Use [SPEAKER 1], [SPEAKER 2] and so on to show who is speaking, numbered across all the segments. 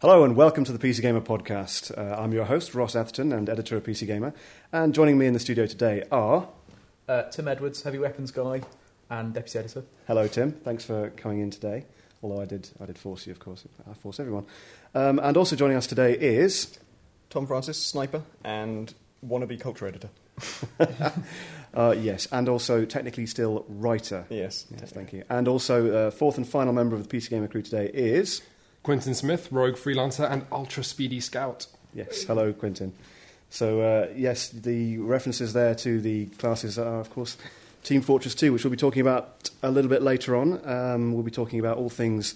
[SPEAKER 1] Hello and welcome to the PC Gamer podcast. Uh, I'm your host, Ross Atherton, and editor of PC Gamer. And joining me in the studio today are.
[SPEAKER 2] Uh, Tim Edwards, heavy weapons guy and deputy editor.
[SPEAKER 1] Hello, Tim. Thanks for coming in today. Although I did, I did force you, of course. I force everyone. Um, and also joining us today is.
[SPEAKER 3] Tom Francis, sniper, and wannabe culture editor.
[SPEAKER 1] Uh, yes, and also technically still writer.
[SPEAKER 3] Yes.
[SPEAKER 1] Yes, thank you. And also, uh, fourth and final member of the PC Gamer crew today is.
[SPEAKER 4] Quentin Smith, rogue freelancer and ultra speedy scout.
[SPEAKER 1] Yes, hello, Quentin. So, uh, yes, the references there to the classes are, of course, Team Fortress 2, which we'll be talking about a little bit later on. Um, we'll be talking about all things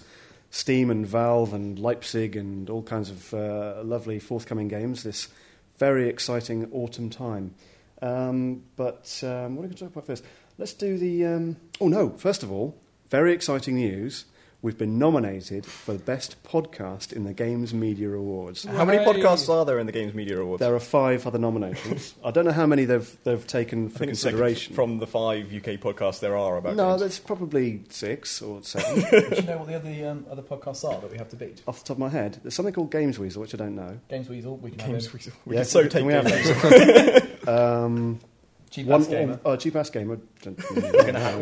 [SPEAKER 1] Steam and Valve and Leipzig and all kinds of uh, lovely forthcoming games this very exciting autumn time. Um, but um, what are we going to talk about first? Let's do the. Um, oh, no, first of all, very exciting news. We've been nominated for the best podcast in the Games Media Awards.
[SPEAKER 3] How many
[SPEAKER 4] Yay.
[SPEAKER 3] podcasts are there in the Games Media Awards?
[SPEAKER 1] There are five other nominations. I don't know how many they've they've taken
[SPEAKER 3] I
[SPEAKER 1] for
[SPEAKER 3] think it's like
[SPEAKER 1] consideration.
[SPEAKER 3] from the five UK podcasts there are about
[SPEAKER 1] no,
[SPEAKER 3] games.
[SPEAKER 1] there's probably six or seven
[SPEAKER 2] Do you know what the other, um, other podcasts are that we have to beat?
[SPEAKER 1] off the top of my head. There's something called Games Weasel, which I don't know.
[SPEAKER 2] Games Weasel, we can
[SPEAKER 3] Games
[SPEAKER 2] have
[SPEAKER 3] Weasel. We
[SPEAKER 1] Yeah,
[SPEAKER 3] can so
[SPEAKER 1] can
[SPEAKER 3] take
[SPEAKER 1] we have
[SPEAKER 3] games.
[SPEAKER 1] that? um,
[SPEAKER 2] it. Cheap
[SPEAKER 1] one,
[SPEAKER 2] Ass Gamer.
[SPEAKER 1] Oh, cheap ass gamer. Don't-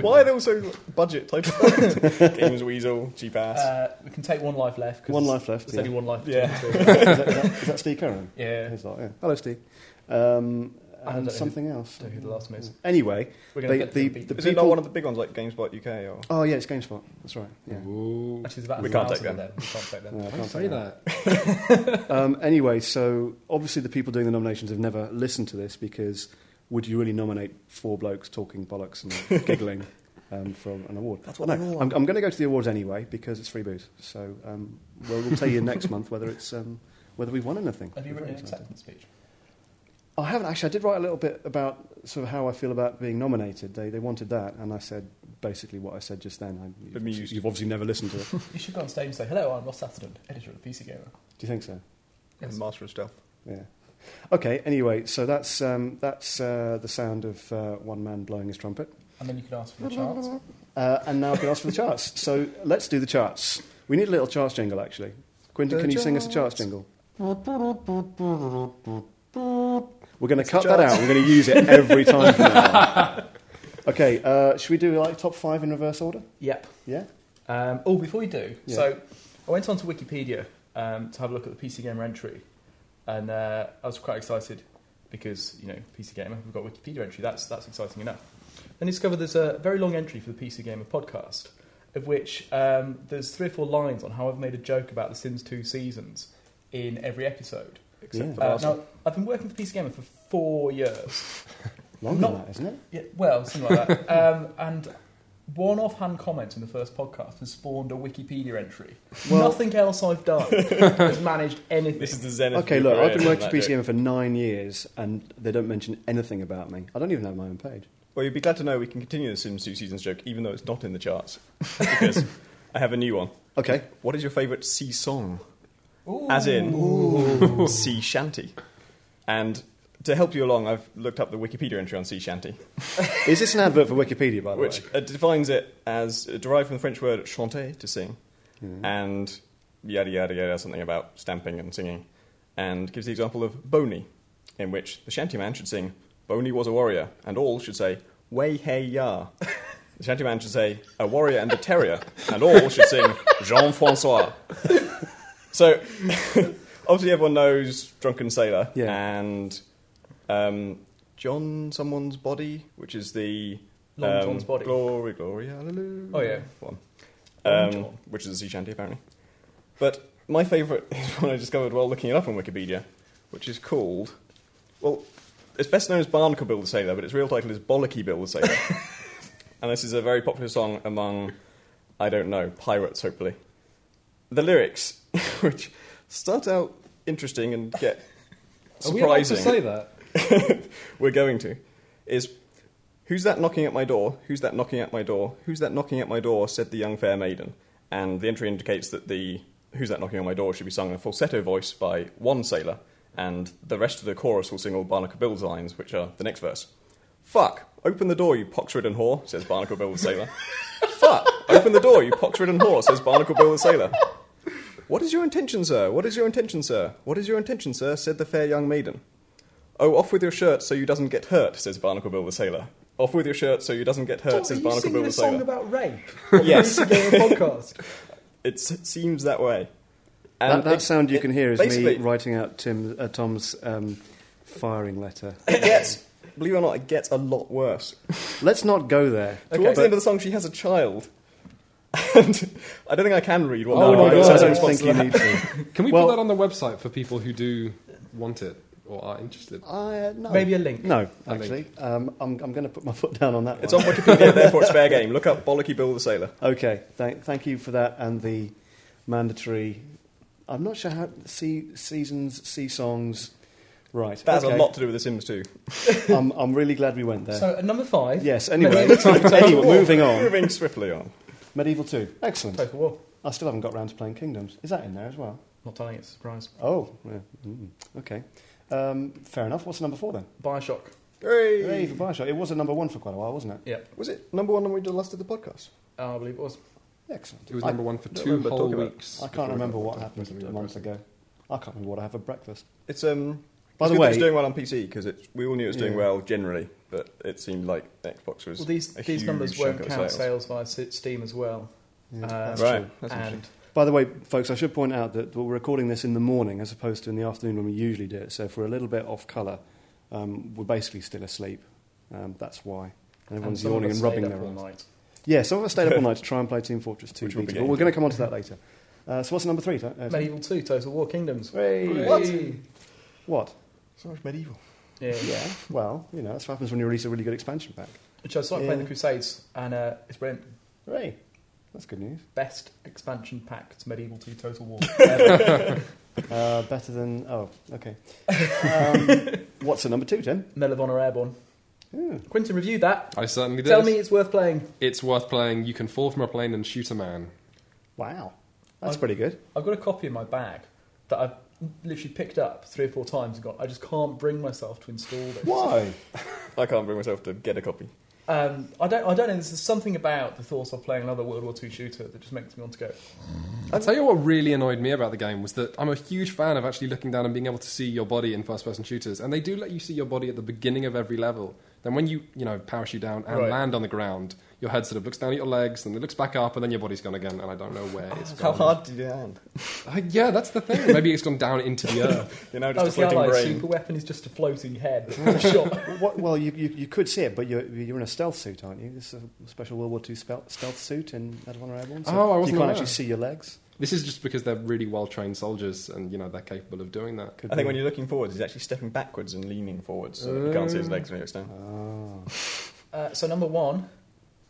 [SPEAKER 3] Why are there also budget type Games Weasel, cheap ass.
[SPEAKER 2] Uh, we can take one life left. 'cause
[SPEAKER 1] One life left,
[SPEAKER 2] There's
[SPEAKER 1] yeah.
[SPEAKER 2] only one life.
[SPEAKER 3] Yeah.
[SPEAKER 2] between the two of us.
[SPEAKER 1] is, that, is that- is that Steve Curran?
[SPEAKER 2] yeah.
[SPEAKER 1] He's like, yeah. Hello, Steve. Um,
[SPEAKER 2] I don't
[SPEAKER 1] and
[SPEAKER 2] know
[SPEAKER 1] something else.
[SPEAKER 2] don't know who the last one is.
[SPEAKER 1] Anyway,
[SPEAKER 2] We're going
[SPEAKER 1] They-
[SPEAKER 2] to get the,
[SPEAKER 1] Mm. the-
[SPEAKER 2] beat.
[SPEAKER 1] the-
[SPEAKER 3] Is it
[SPEAKER 1] people-
[SPEAKER 3] not one of the big ones like GameSpot UK or?
[SPEAKER 1] oh yeah, it's Gamespot. That's right. Yeah.
[SPEAKER 4] Ooh.
[SPEAKER 2] Actually, there's about
[SPEAKER 3] We
[SPEAKER 2] a
[SPEAKER 3] can't take
[SPEAKER 2] thousand of
[SPEAKER 3] them.
[SPEAKER 2] We can't take them.
[SPEAKER 1] No, I
[SPEAKER 4] Don't
[SPEAKER 1] can't
[SPEAKER 4] say
[SPEAKER 1] that.
[SPEAKER 4] that.
[SPEAKER 1] um, anyway, so obviously the people doing the nominations have never listened to this because would you really nominate four blokes talking bollocks and giggling um, for an award?
[SPEAKER 3] That's what
[SPEAKER 1] I
[SPEAKER 3] they all
[SPEAKER 1] know.
[SPEAKER 3] want.
[SPEAKER 1] I'm, I'm going to go to the awards anyway because it's free booze. So um, we'll, we'll tell you next month whether it's um, whether we won anything.
[SPEAKER 2] Have you
[SPEAKER 1] Very
[SPEAKER 2] written an
[SPEAKER 1] exciting.
[SPEAKER 2] acceptance speech?
[SPEAKER 1] I haven't actually. I did write a little bit about sort of how I feel about being nominated. They they wanted that, and I said basically what I said just then. I, you've,
[SPEAKER 3] Bemused.
[SPEAKER 1] you've obviously never listened to it. Do
[SPEAKER 2] You should go on stage and say, "Hello, I'm Ross Atherton, editor of the PC Gamer."
[SPEAKER 1] you think so?
[SPEAKER 2] Yes.
[SPEAKER 3] Master of Stealth.
[SPEAKER 1] Yeah. Okay. Anyway, so that's um, that's uh, the sound of uh, one man blowing his trumpet,
[SPEAKER 2] And then you can ask for the charts.
[SPEAKER 1] uh, and now I can ask for the charts. So let's do the charts. We need a little charts jingle, actually. Quinton,
[SPEAKER 3] The
[SPEAKER 1] can you sing us a charts jingle? We're going to
[SPEAKER 3] the
[SPEAKER 1] cut that
[SPEAKER 3] charts.
[SPEAKER 1] out. We're going to use it every time. From now on. Okay. Uh, should we do like top five in reverse order?
[SPEAKER 2] Yep.
[SPEAKER 1] Yeah.
[SPEAKER 2] Um, oh, before you do,
[SPEAKER 1] Yeah.
[SPEAKER 2] so I went on to Wikipedia um, to have a look at the PC Gamer entry, and uh, I was quite excited because you know PC Gamer, we've got Wikipedia entry. That's that's exciting enough. Then I discovered there's a very long entry for the PC Gamer podcast, of which um, there's three or four lines on how I've made a joke about The Sims 2 seasons in every episode.
[SPEAKER 1] Yeah.
[SPEAKER 3] Except for
[SPEAKER 2] Uh,
[SPEAKER 3] last
[SPEAKER 2] now, I've been working for PC Gamer for four years.
[SPEAKER 1] Longer
[SPEAKER 2] Not-
[SPEAKER 1] than that, isn't it?
[SPEAKER 2] Yeah, well, something like that. um, and one offhand comment in the first podcast has spawned a Wikipedia entry.
[SPEAKER 1] Well-
[SPEAKER 2] Nothing else I've done has managed anything.
[SPEAKER 3] This is the zenith.
[SPEAKER 1] Okay,
[SPEAKER 3] of your
[SPEAKER 1] look, I've
[SPEAKER 3] career,
[SPEAKER 1] been working for
[SPEAKER 3] that joke.
[SPEAKER 1] PC Gamer for nine years, and they don't mention anything about me. I don't even have my own page.
[SPEAKER 3] Well, you'd be glad to know we can continue the Sims 2 Seasons joke, even though it's not in the charts. Because I have a new one.
[SPEAKER 1] Okay,
[SPEAKER 3] What is your favourite sea song?
[SPEAKER 2] Ooh.
[SPEAKER 3] As in sea shanty. And to help you along, I've looked up the Wikipedia entry on sea shanty,
[SPEAKER 1] is this an advert for Wikipedia, by the
[SPEAKER 3] which
[SPEAKER 1] way?
[SPEAKER 3] uh, defines it as uh, derived from the French word chanter, to sing, and yada yada yada, something about stamping and singing, and gives the example of Boney, in which the shantyman should sing, Boney was a warrior, and all should say, Way hey ya. The shantyman should say, A warrior and a terrier, and all should sing, Jean Francois. So, obviously, everyone knows Drunken Sailor
[SPEAKER 1] Yeah.
[SPEAKER 3] and um, John Someone's Body, which is the
[SPEAKER 2] Long
[SPEAKER 3] um,
[SPEAKER 2] John's Body.
[SPEAKER 3] Glory, glory, hallelujah.
[SPEAKER 2] Oh, yeah.
[SPEAKER 3] one,
[SPEAKER 2] Long
[SPEAKER 3] um,
[SPEAKER 2] John.
[SPEAKER 3] which is a sea shanty apparently. But my favourite is one I discovered while looking it up on Wikipedia, which is called. Well, it's best known as Barnacle Bill the Sailor, but its real title is Bollocky Bill the Sailor. and this is a very popular song among, I don't know, pirates, hopefully. The lyrics, which start out interesting and get
[SPEAKER 4] Are we allowed
[SPEAKER 3] surprising.
[SPEAKER 4] to say that?
[SPEAKER 3] we're going to, is who's that knocking at my door? Who's that knocking at my door? Who's that knocking at my door? said the young fair maiden. And the entry indicates that the who's that knocking on my door should be sung in a falsetto voice by one sailor, and the rest of the chorus will sing all Barnacle Bill's lines, which are the next verse. Fuck! Open the door, you pox-ridden whore, says Barnacle Bill the sailor. Fuck! Open the door, you pox-ridden whore, says Barnacle Bill the sailor. What is your intention, sir? What is your intention, sir? What is your intention, sir? said the fair young maiden. Oh, off with your shirt so you doesn't get hurt, says Barnacle Bill the Sailor. Off with your shirt so you doesn't get hurt,
[SPEAKER 5] are
[SPEAKER 3] says
[SPEAKER 5] you
[SPEAKER 3] Barnacle
[SPEAKER 5] singing
[SPEAKER 3] Bill the
[SPEAKER 5] a song
[SPEAKER 3] Sailor.
[SPEAKER 5] about rape?
[SPEAKER 3] Yes.
[SPEAKER 5] On the Gamer podcast.
[SPEAKER 3] it s- seems that way.
[SPEAKER 1] That, that
[SPEAKER 3] it-
[SPEAKER 1] sound you
[SPEAKER 3] it-
[SPEAKER 1] can hear is me
[SPEAKER 3] basically-
[SPEAKER 1] writing out Tim, uh, Tom's um, firing letter.
[SPEAKER 3] It gets, believe it or not, it gets a lot worse.
[SPEAKER 1] Let's not go there.
[SPEAKER 3] Towards
[SPEAKER 1] But
[SPEAKER 3] the end of the song, she has a child. And I don't think I can read what
[SPEAKER 4] Oh
[SPEAKER 3] Barnacle
[SPEAKER 4] my
[SPEAKER 3] Bill
[SPEAKER 4] God.
[SPEAKER 3] says in
[SPEAKER 1] I don't
[SPEAKER 3] response
[SPEAKER 1] think
[SPEAKER 3] to
[SPEAKER 1] you
[SPEAKER 3] that.
[SPEAKER 1] need to.
[SPEAKER 4] Can we
[SPEAKER 1] Well-
[SPEAKER 4] put that on the website for people who do want it or are interested?
[SPEAKER 1] I, uh, no.
[SPEAKER 2] Maybe a link.
[SPEAKER 1] No,
[SPEAKER 4] I
[SPEAKER 1] actually. Um, I'm, I'm going to put my foot down on that
[SPEAKER 3] It's
[SPEAKER 1] one.
[SPEAKER 3] on Wikipedia, therefore it's fair game. Look up Bollocky Bill the Sailor.
[SPEAKER 1] Okay, thank, thank you for that and the mandatory. I'm not sure how. See, seasons, sea songs. Right.
[SPEAKER 3] That has
[SPEAKER 1] okay.
[SPEAKER 3] a lot to do with The Sims 2.
[SPEAKER 1] I'm, I'm really glad we went there.
[SPEAKER 2] So at number five,
[SPEAKER 1] yes, anyway.
[SPEAKER 2] Medieval Time-
[SPEAKER 1] anyway moving on.
[SPEAKER 3] Moving swiftly on.
[SPEAKER 1] Medieval 2. Excellent.
[SPEAKER 2] Total War.
[SPEAKER 1] I still haven't got round to playing Kingdoms. Is that in there as well?
[SPEAKER 2] Not telling it's a surprise.
[SPEAKER 1] Oh, yeah. Mm, okay. Um, fair enough. What's number four then?
[SPEAKER 2] Bioshock.
[SPEAKER 3] Hey.
[SPEAKER 1] Hey, for Bioshock. It was a number one for quite a while, wasn't it?
[SPEAKER 2] Yeah,
[SPEAKER 3] Was it number one when we did last did the podcast?
[SPEAKER 2] uh, I believe it was.
[SPEAKER 1] Excellent.
[SPEAKER 4] It was
[SPEAKER 1] I,
[SPEAKER 4] number one for
[SPEAKER 3] don't
[SPEAKER 4] two
[SPEAKER 3] remember
[SPEAKER 4] whole
[SPEAKER 3] talking about it.
[SPEAKER 4] weeks.
[SPEAKER 1] I
[SPEAKER 4] before
[SPEAKER 1] can't
[SPEAKER 4] we
[SPEAKER 1] remember
[SPEAKER 4] got
[SPEAKER 1] what
[SPEAKER 4] that.
[SPEAKER 1] happened
[SPEAKER 4] Wasn't
[SPEAKER 1] a
[SPEAKER 4] very
[SPEAKER 1] month
[SPEAKER 4] impressive.
[SPEAKER 1] ago. I can't remember what I had for breakfast.
[SPEAKER 3] It's um.
[SPEAKER 1] By
[SPEAKER 3] it's
[SPEAKER 1] the
[SPEAKER 3] good that it's
[SPEAKER 1] way,
[SPEAKER 3] doing well on PC because we all knew it was doing
[SPEAKER 1] Yeah.
[SPEAKER 3] well generally, but it seemed like Xbox was.
[SPEAKER 2] Well, these
[SPEAKER 3] a
[SPEAKER 2] these
[SPEAKER 3] huge
[SPEAKER 2] numbers
[SPEAKER 3] chunk
[SPEAKER 2] won't
[SPEAKER 3] of
[SPEAKER 2] count sales.
[SPEAKER 3] sales.
[SPEAKER 2] via S- Steam as well.
[SPEAKER 1] yeah,
[SPEAKER 2] Uh,
[SPEAKER 1] that's
[SPEAKER 3] right.
[SPEAKER 1] true.
[SPEAKER 3] That's
[SPEAKER 2] and
[SPEAKER 3] interesting.
[SPEAKER 1] By the way, folks, I should point out that we're recording this in the morning as opposed to in the afternoon when we usually do it. So if we're a little bit off colour, um, we're basically still asleep. Um, that's why. And everyone's
[SPEAKER 2] some of
[SPEAKER 1] yawning and
[SPEAKER 2] us stayed
[SPEAKER 1] rubbing
[SPEAKER 2] up
[SPEAKER 1] their
[SPEAKER 2] all
[SPEAKER 1] eyes.
[SPEAKER 2] night.
[SPEAKER 1] Yeah, some of us stayed up all night to try and play Team Fortress 2.
[SPEAKER 3] Which we'll be
[SPEAKER 1] beta, but
[SPEAKER 3] getting
[SPEAKER 1] we're going to come on to that later. Uh, so what's number three? Ta- uh,
[SPEAKER 2] Medieval Two, Total War Kingdoms.
[SPEAKER 1] Hey.
[SPEAKER 2] What?
[SPEAKER 1] What?
[SPEAKER 3] So much medieval.
[SPEAKER 2] Yeah.
[SPEAKER 1] Yeah, well, you know, that's what happens when you release a really good expansion pack.
[SPEAKER 2] Which I started
[SPEAKER 1] Yeah.
[SPEAKER 2] playing the Crusades, and uh, it's brilliant.
[SPEAKER 1] Hooray. That's good news.
[SPEAKER 2] Best expansion pack to Medieval Two Total War. ever.
[SPEAKER 1] Uh, better than. Oh, okay. Um, what's the number two, Tim?
[SPEAKER 2] Medal of Honor Airborne.
[SPEAKER 1] Ooh.
[SPEAKER 2] Quentin reviewed that.
[SPEAKER 4] I certainly did.
[SPEAKER 2] Tell me it's worth playing.
[SPEAKER 4] It's worth playing. You can fall from a plane and shoot a man.
[SPEAKER 1] Wow. That's
[SPEAKER 2] I-
[SPEAKER 1] pretty good.
[SPEAKER 2] I've got a copy in my bag that I've literally picked up three or four times and gone, I just can't bring myself to install this.
[SPEAKER 1] Why?
[SPEAKER 3] I can't bring myself to get a copy.
[SPEAKER 2] Um, I don't. I don't know. There's something about the thought of playing another World War II shooter that just makes me want to go.
[SPEAKER 4] I'll tell you what really annoyed me about the game was that I'm a huge fan of actually looking down and being able to see your body in first person shooters, and they do let you see your body at the beginning of every level. Then when you, you know, parachute down and
[SPEAKER 2] Right.
[SPEAKER 4] land on the ground, your head sort of looks down at your legs, and it looks back up, and then your body's gone again, and I don't know where it's
[SPEAKER 3] How
[SPEAKER 4] gone.
[SPEAKER 3] hard did you land?
[SPEAKER 4] Uh, yeah, that's the thing. Maybe it's gone down into the earth.
[SPEAKER 3] You know,
[SPEAKER 2] That
[SPEAKER 3] just a
[SPEAKER 2] was the
[SPEAKER 3] floating
[SPEAKER 2] ally.
[SPEAKER 3] brain.
[SPEAKER 2] Super weapon is just a floating head. that's shot.
[SPEAKER 1] What, well, you, you, you could see it, but you're, you're in a stealth suit, aren't you? This is a special World War II spell, stealth suit in Medal of Honor Airborne. So
[SPEAKER 4] Oh, I wasn't
[SPEAKER 1] You can't
[SPEAKER 4] aware.
[SPEAKER 1] actually see your legs.
[SPEAKER 4] This is just because they're really well trained soldiers, and you know they're capable of doing that.
[SPEAKER 1] Could
[SPEAKER 3] I think
[SPEAKER 1] be.
[SPEAKER 3] when you're looking forwards, he's actually stepping backwards and leaning forwards, so you can't see his legs when he looks down.
[SPEAKER 1] Ah.
[SPEAKER 2] Uh, so number one,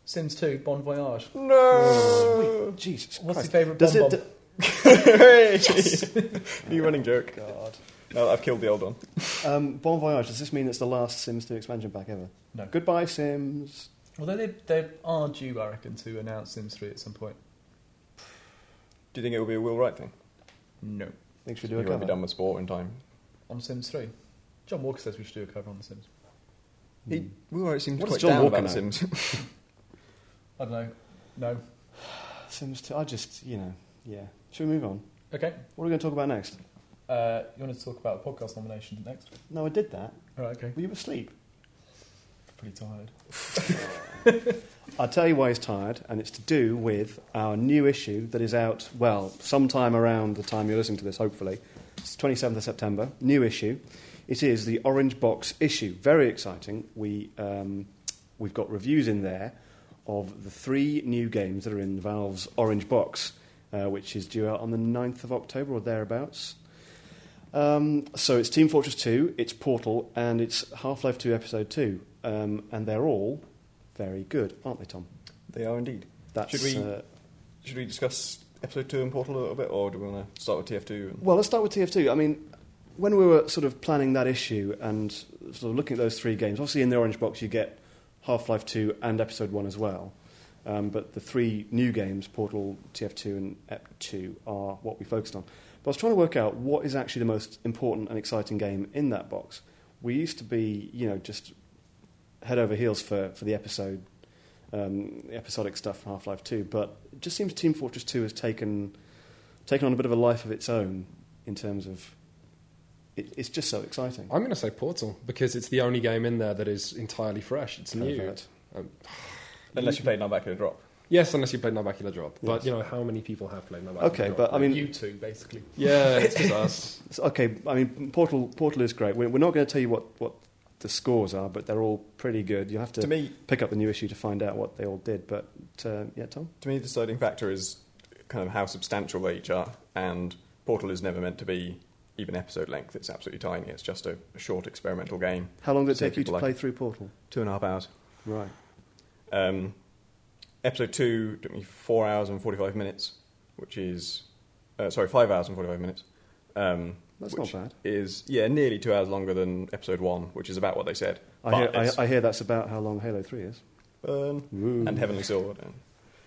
[SPEAKER 2] Sims Two, Bon Voyage.
[SPEAKER 3] No!
[SPEAKER 1] Oh, Jesus
[SPEAKER 2] What's your
[SPEAKER 1] Christ.
[SPEAKER 2] favourite
[SPEAKER 1] Does
[SPEAKER 2] bon
[SPEAKER 1] it.
[SPEAKER 2] bomb?
[SPEAKER 1] d-
[SPEAKER 3] New running joke.
[SPEAKER 1] God.
[SPEAKER 3] No, I've killed the old one.
[SPEAKER 1] Um, bon Voyage, does this mean it's the last Sims 2 expansion pack ever?
[SPEAKER 2] No.
[SPEAKER 1] Goodbye, Sims.
[SPEAKER 2] Although they they are due, I reckon, to announce Sims Three at some point.
[SPEAKER 3] Do you think it will be a Will Wright thing?
[SPEAKER 2] No,
[SPEAKER 1] Think should
[SPEAKER 3] You
[SPEAKER 1] do a
[SPEAKER 3] won't be
[SPEAKER 1] cover.
[SPEAKER 3] done with sport in time.
[SPEAKER 2] on Sims Three. John Walker says we should do a cover on The Sims.
[SPEAKER 3] He, Will Wright seems
[SPEAKER 1] What
[SPEAKER 3] quite
[SPEAKER 1] does John
[SPEAKER 3] down
[SPEAKER 1] Walker
[SPEAKER 3] about The
[SPEAKER 1] know?
[SPEAKER 3] Sims.
[SPEAKER 2] I don't know. No.
[SPEAKER 1] Sims 2, I just, you know, yeah. Should we move on?
[SPEAKER 2] Okay.
[SPEAKER 1] What are we going to talk about next?
[SPEAKER 2] Uh, you wanted to talk about the podcast nomination next?
[SPEAKER 1] No, I did that.
[SPEAKER 2] All right. Okay.
[SPEAKER 1] Were you asleep?
[SPEAKER 2] Pretty tired.
[SPEAKER 1] I'll tell you why he's tired, and it's to do with our new issue that is out, well, sometime around the time you're listening to this, hopefully. It's 27th of September, new issue. It is the Orange Box issue. Very exciting. We, um, we've got reviews in there of the three new games that are in Valve's Orange Box, uh, which is due out on the 9th of October or thereabouts. Um, so it's Team Fortress 2, it's Portal, and it's Half Life 2 Episode 2. Um, and they're all very good, aren't they, Tom?
[SPEAKER 3] They are indeed.
[SPEAKER 1] That's,
[SPEAKER 3] Should we-
[SPEAKER 1] uh,
[SPEAKER 3] Should we discuss episode two and Portal a little bit, or do we want to start with TF2? And...
[SPEAKER 1] well, let's start with TF2. I mean, when we were sort of planning that issue and sort of looking at those three games, obviously in the orange box you get Half Life 2 and Episode 1 as well. Um, but the three new games, Portal, TF2, and EP2, are what we focused on. But I was trying to work out what is actually the most important and exciting game in that box. We used to be, you know, just head over heels for, for the episode, um, the episodic stuff from Half Life 2, but it just seems Team Fortress 2 has taken taken on a bit of a life of its own in terms of. It, it's just so exciting.
[SPEAKER 4] I'm going to say Portal because it's the only game in there that is entirely fresh. It's new.
[SPEAKER 1] Perfect.
[SPEAKER 4] Um,
[SPEAKER 3] Unless you played Narbacular Drop.
[SPEAKER 4] yes, unless you played Nabacular Drop,
[SPEAKER 1] Yes.
[SPEAKER 4] but you know how many people have played Nabacular
[SPEAKER 1] Okay,
[SPEAKER 4] Drop?
[SPEAKER 1] but I mean,
[SPEAKER 2] you two, basically.
[SPEAKER 4] yeah, it's just us.
[SPEAKER 1] So, okay, I mean, Portal Portal is great. We're, we're not going to tell you what, what the scores are, but they're all pretty good. You'll have to,
[SPEAKER 3] To me,
[SPEAKER 1] pick up the new issue to find out what they all did. But uh, yeah, Tom?
[SPEAKER 3] to me, the deciding factor is kind of how substantial they each are. And Portal is never meant to be even episode length. It's absolutely tiny. It's just a, a short experimental game,
[SPEAKER 1] How long did it
[SPEAKER 3] See if
[SPEAKER 1] take you to
[SPEAKER 3] people like
[SPEAKER 1] play through Portal?
[SPEAKER 3] two and a half hours.
[SPEAKER 1] Right.
[SPEAKER 3] Um, episode two took me four hours and forty-five minutes, which is uh, sorry, five hours and forty-five minutes. Um,
[SPEAKER 1] That's
[SPEAKER 3] which
[SPEAKER 1] not bad.
[SPEAKER 3] Is yeah, nearly two hours longer than episode one, which is about what they said.
[SPEAKER 1] I
[SPEAKER 3] But
[SPEAKER 1] hear, I,
[SPEAKER 3] it's-
[SPEAKER 1] I hear that's about how long Halo 3 is.
[SPEAKER 3] Burn and Heavenly Sword. And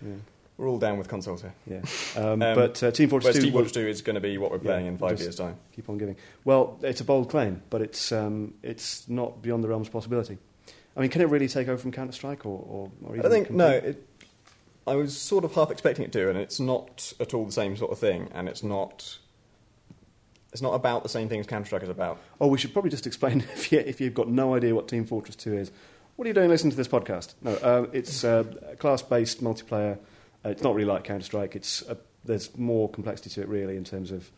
[SPEAKER 1] Yeah.
[SPEAKER 3] we're all down with consoles here.
[SPEAKER 1] yeah. Um,
[SPEAKER 3] Um,
[SPEAKER 1] but uh, Team Fortress
[SPEAKER 3] Whereas
[SPEAKER 1] 2
[SPEAKER 3] Team
[SPEAKER 1] will
[SPEAKER 3] Fortress Two is going to be what we're
[SPEAKER 1] Yeah,
[SPEAKER 3] playing in five
[SPEAKER 1] just-
[SPEAKER 3] years' time.
[SPEAKER 1] keep on giving. Well, it's a bold claim, but it's, um, it's not beyond the realms of possibility. I mean, can it really take over from Counter Strike or, or, or even.
[SPEAKER 3] I think
[SPEAKER 1] compete?
[SPEAKER 3] no. It, I was sort of half expecting it to, and it's not at all the same sort of thing, and it's not. It's not about the same thing as Counter Strike is about.
[SPEAKER 1] Oh, we should probably just explain if, you, if you've got no idea what Team Fortress 2 is. What are you doing listening to this podcast? No, um, it's uh, a class based multiplayer. Uh, it's not really like Counter Strike. It's uh there's more complexity to it, really, in terms of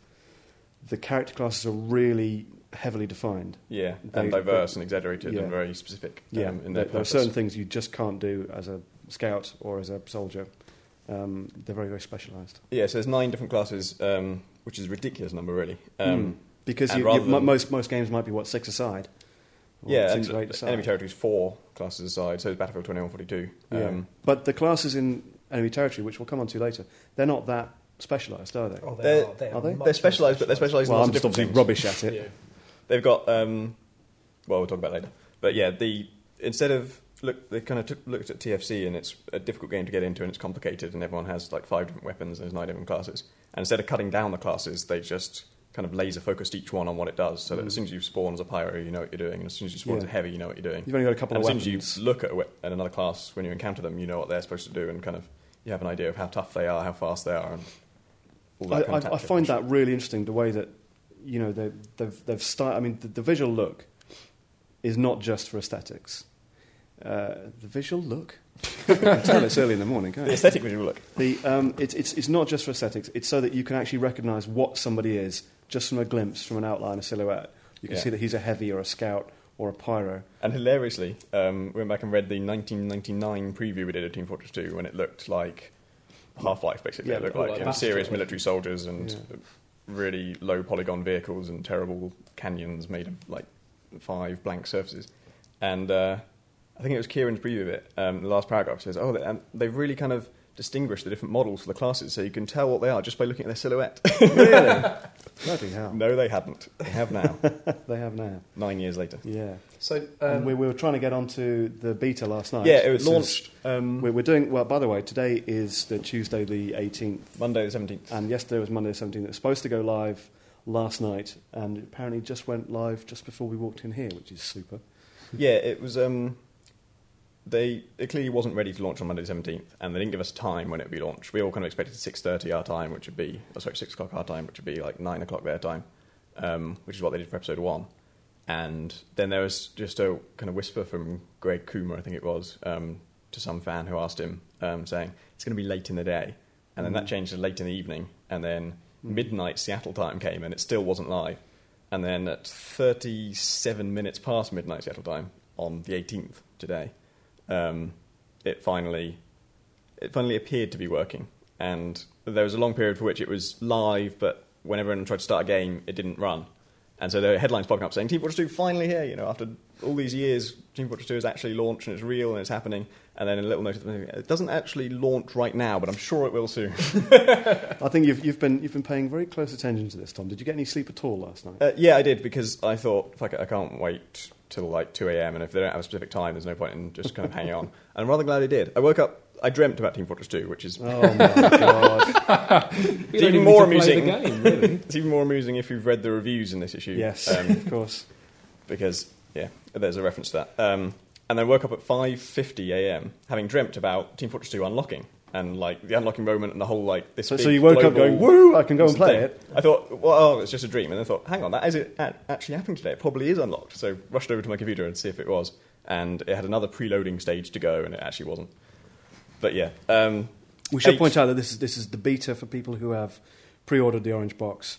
[SPEAKER 1] the character classes are really heavily defined.
[SPEAKER 3] Yeah,
[SPEAKER 1] They-
[SPEAKER 3] and diverse and exaggerated
[SPEAKER 1] yeah.
[SPEAKER 3] and very specific. um,
[SPEAKER 1] Yeah,
[SPEAKER 3] in
[SPEAKER 1] there,
[SPEAKER 3] their
[SPEAKER 1] there are
[SPEAKER 3] purpose.
[SPEAKER 1] certain things you just can't do as a scout or as a soldier. Um, they're very, very specialised.
[SPEAKER 3] Yeah, so there's nine different classes, um, which is a ridiculous number, really. Um,
[SPEAKER 1] Mm. Because
[SPEAKER 3] and
[SPEAKER 1] you, you,
[SPEAKER 3] rather
[SPEAKER 1] mo-
[SPEAKER 3] than-
[SPEAKER 1] most, most games might be, what, six aside? Or
[SPEAKER 3] Yeah,
[SPEAKER 1] six
[SPEAKER 3] and
[SPEAKER 1] or eight aside.
[SPEAKER 3] enemy territory is four classes aside, so it's Battlefield 2142.
[SPEAKER 1] Yeah.
[SPEAKER 3] Um,
[SPEAKER 1] but the classes in enemy territory, which we'll come on to later, they're not that specialised, are they?
[SPEAKER 5] Oh, they
[SPEAKER 3] They're-
[SPEAKER 5] are. They
[SPEAKER 1] are
[SPEAKER 5] are,
[SPEAKER 1] they?
[SPEAKER 5] much
[SPEAKER 3] they're specialised, but they're
[SPEAKER 5] more
[SPEAKER 3] specialised
[SPEAKER 1] well,
[SPEAKER 3] in
[SPEAKER 1] I'm
[SPEAKER 3] lots
[SPEAKER 1] just
[SPEAKER 3] of
[SPEAKER 1] obviously
[SPEAKER 3] different things.
[SPEAKER 1] rubbish at it.
[SPEAKER 2] Yeah.
[SPEAKER 3] They've got, um, well, we'll talk about it later. But yeah, the instead of look, they kind of took, looked at TFC, and it's a difficult game to get into, and it's complicated, and everyone has like five different weapons, and there's nine different classes. And instead of cutting down the classes, they just kind of laser focused each one on what it does, so that
[SPEAKER 1] Mm.
[SPEAKER 3] as soon as you spawn as a pyro, you know what you're doing, and as soon as you spawn as a
[SPEAKER 1] Yeah.
[SPEAKER 3] heavy, you know what you're doing.
[SPEAKER 1] You've only got a couple
[SPEAKER 3] And as
[SPEAKER 1] of
[SPEAKER 3] soon
[SPEAKER 1] weapons.
[SPEAKER 3] as you look at, a we- at another class, when you encounter them, you know what they're supposed to do, and kind of you have an idea of how tough they are, how fast they are, and all that.
[SPEAKER 1] I,
[SPEAKER 3] kind of
[SPEAKER 1] I, I
[SPEAKER 3] tactical
[SPEAKER 1] find
[SPEAKER 3] shit.
[SPEAKER 1] that really interesting. The way that you know they, they've they've start. I mean, the, the visual look is not just for aesthetics. Uh, the visual look. you can tell it's early in the morning, can't
[SPEAKER 3] the
[SPEAKER 1] you?
[SPEAKER 3] aesthetic visual look.
[SPEAKER 1] The, um, it's, it's, it's not just for aesthetics. It's so that you can actually recognise what somebody is just from a glimpse, from an outline, a silhouette. You can
[SPEAKER 3] Yeah.
[SPEAKER 1] see that he's a heavy or a scout or a pyro.
[SPEAKER 3] And hilariously, um, we went back and read the 1999 preview we did of Team Fortress 2 when it looked like Half Life, basically.
[SPEAKER 1] Yeah,
[SPEAKER 3] it looked
[SPEAKER 2] or
[SPEAKER 3] like,
[SPEAKER 2] like
[SPEAKER 3] you know,
[SPEAKER 2] Battlefield.
[SPEAKER 3] serious military soldiers and
[SPEAKER 1] Yeah.
[SPEAKER 3] really low polygon vehicles and terrible canyons made of like five blank surfaces. And uh, I think it was Kieran's preview of it. Um, the last paragraph says, Oh, they, um, they've really kind of distinguished the different models for the classes so you can tell what they are just by looking at their silhouette.
[SPEAKER 1] Really? Bloody hell.
[SPEAKER 3] no, they hadn't. They have now,
[SPEAKER 1] They have now.
[SPEAKER 3] nine years later.
[SPEAKER 1] Yeah.
[SPEAKER 2] So,
[SPEAKER 1] and
[SPEAKER 2] um,
[SPEAKER 1] we, we were trying to get onto the beta last night.
[SPEAKER 3] Yeah, it was
[SPEAKER 1] This is-
[SPEAKER 3] launched um,
[SPEAKER 1] We're, we're doing, well, by the way, today is the Tuesday the 18th,
[SPEAKER 3] Monday the 17th.
[SPEAKER 1] and yesterday was Monday the 17th. It was supposed to go live last night, and it apparently just went live just before we walked in here, which is super.
[SPEAKER 3] Yeah, it was. Um, they it clearly wasn't ready to launch on Monday the seventeenth, and they didn't give us time when it would be launched. We all kind of expected six thirty our time, which would be oh, sorry six o'clock our time, which would be like nine o'clock their time, um, which is what they did for episode one. And then there was just a kind of whisper from Greg Coomer, I think it was, um, to some fan who asked him, um, saying it's going to be late in the day, and then that
[SPEAKER 1] Mm.
[SPEAKER 3] changed to late in the evening, and then
[SPEAKER 1] Mm.
[SPEAKER 3] midnight Seattle time came, and it still wasn't live. And then at 37 minutes past midnight Seattle time on the 18th today, um, it finally it finally appeared to be working. And there was a long period for which it was live, but when everyone tried to start a game, it didn't run. And so there were headlines popping up saying Team Fortress 2 finally here. You know, after all these years, Team Fortress 2 is actually launched and it's real and it's happening. And then a little note, it doesn't actually launch right now, but I'm sure it will soon.
[SPEAKER 1] I think you've, you've, been, you've been paying very close attention to this, Tom. Did you get any sleep at all last night?
[SPEAKER 3] Uh, yeah, I did because I thought, fuck it, I can't wait till like 2 a.m. And if they don't have a specific time, there's no point in just kind of hanging on. And I'm rather glad I did. I woke up, I dreamt about Team Fortress 2, which is
[SPEAKER 1] Oh, my God.
[SPEAKER 4] We don't
[SPEAKER 3] even
[SPEAKER 4] need
[SPEAKER 3] more
[SPEAKER 4] to play the
[SPEAKER 3] amusing.
[SPEAKER 4] game, really.
[SPEAKER 3] it's even more amusing if you've read the reviews in this issue.
[SPEAKER 1] Yes,
[SPEAKER 3] Um,
[SPEAKER 1] of course.
[SPEAKER 3] because, yeah, there's a reference to that. Um, and I woke up at 5.50 a.m. having dreamt about Team Fortress 2 unlocking. and like the unlocking moment and the whole like this.
[SPEAKER 1] So,
[SPEAKER 3] big
[SPEAKER 1] so you woke up
[SPEAKER 3] global-
[SPEAKER 1] going, woo, I can go
[SPEAKER 3] It's
[SPEAKER 1] and
[SPEAKER 3] the
[SPEAKER 1] play
[SPEAKER 3] thing.
[SPEAKER 1] it.
[SPEAKER 3] I thought, well, oh, it's just a dream. And then I thought, hang on, that is it a- actually happening today. It probably is unlocked. So rushed over to my computer and see if it was. And it had another preloading stage to go, and it actually wasn't. But yeah, um,
[SPEAKER 1] We should
[SPEAKER 3] Eight.
[SPEAKER 1] point out that this is, this is the beta for people who have pre ordered the Orange Box,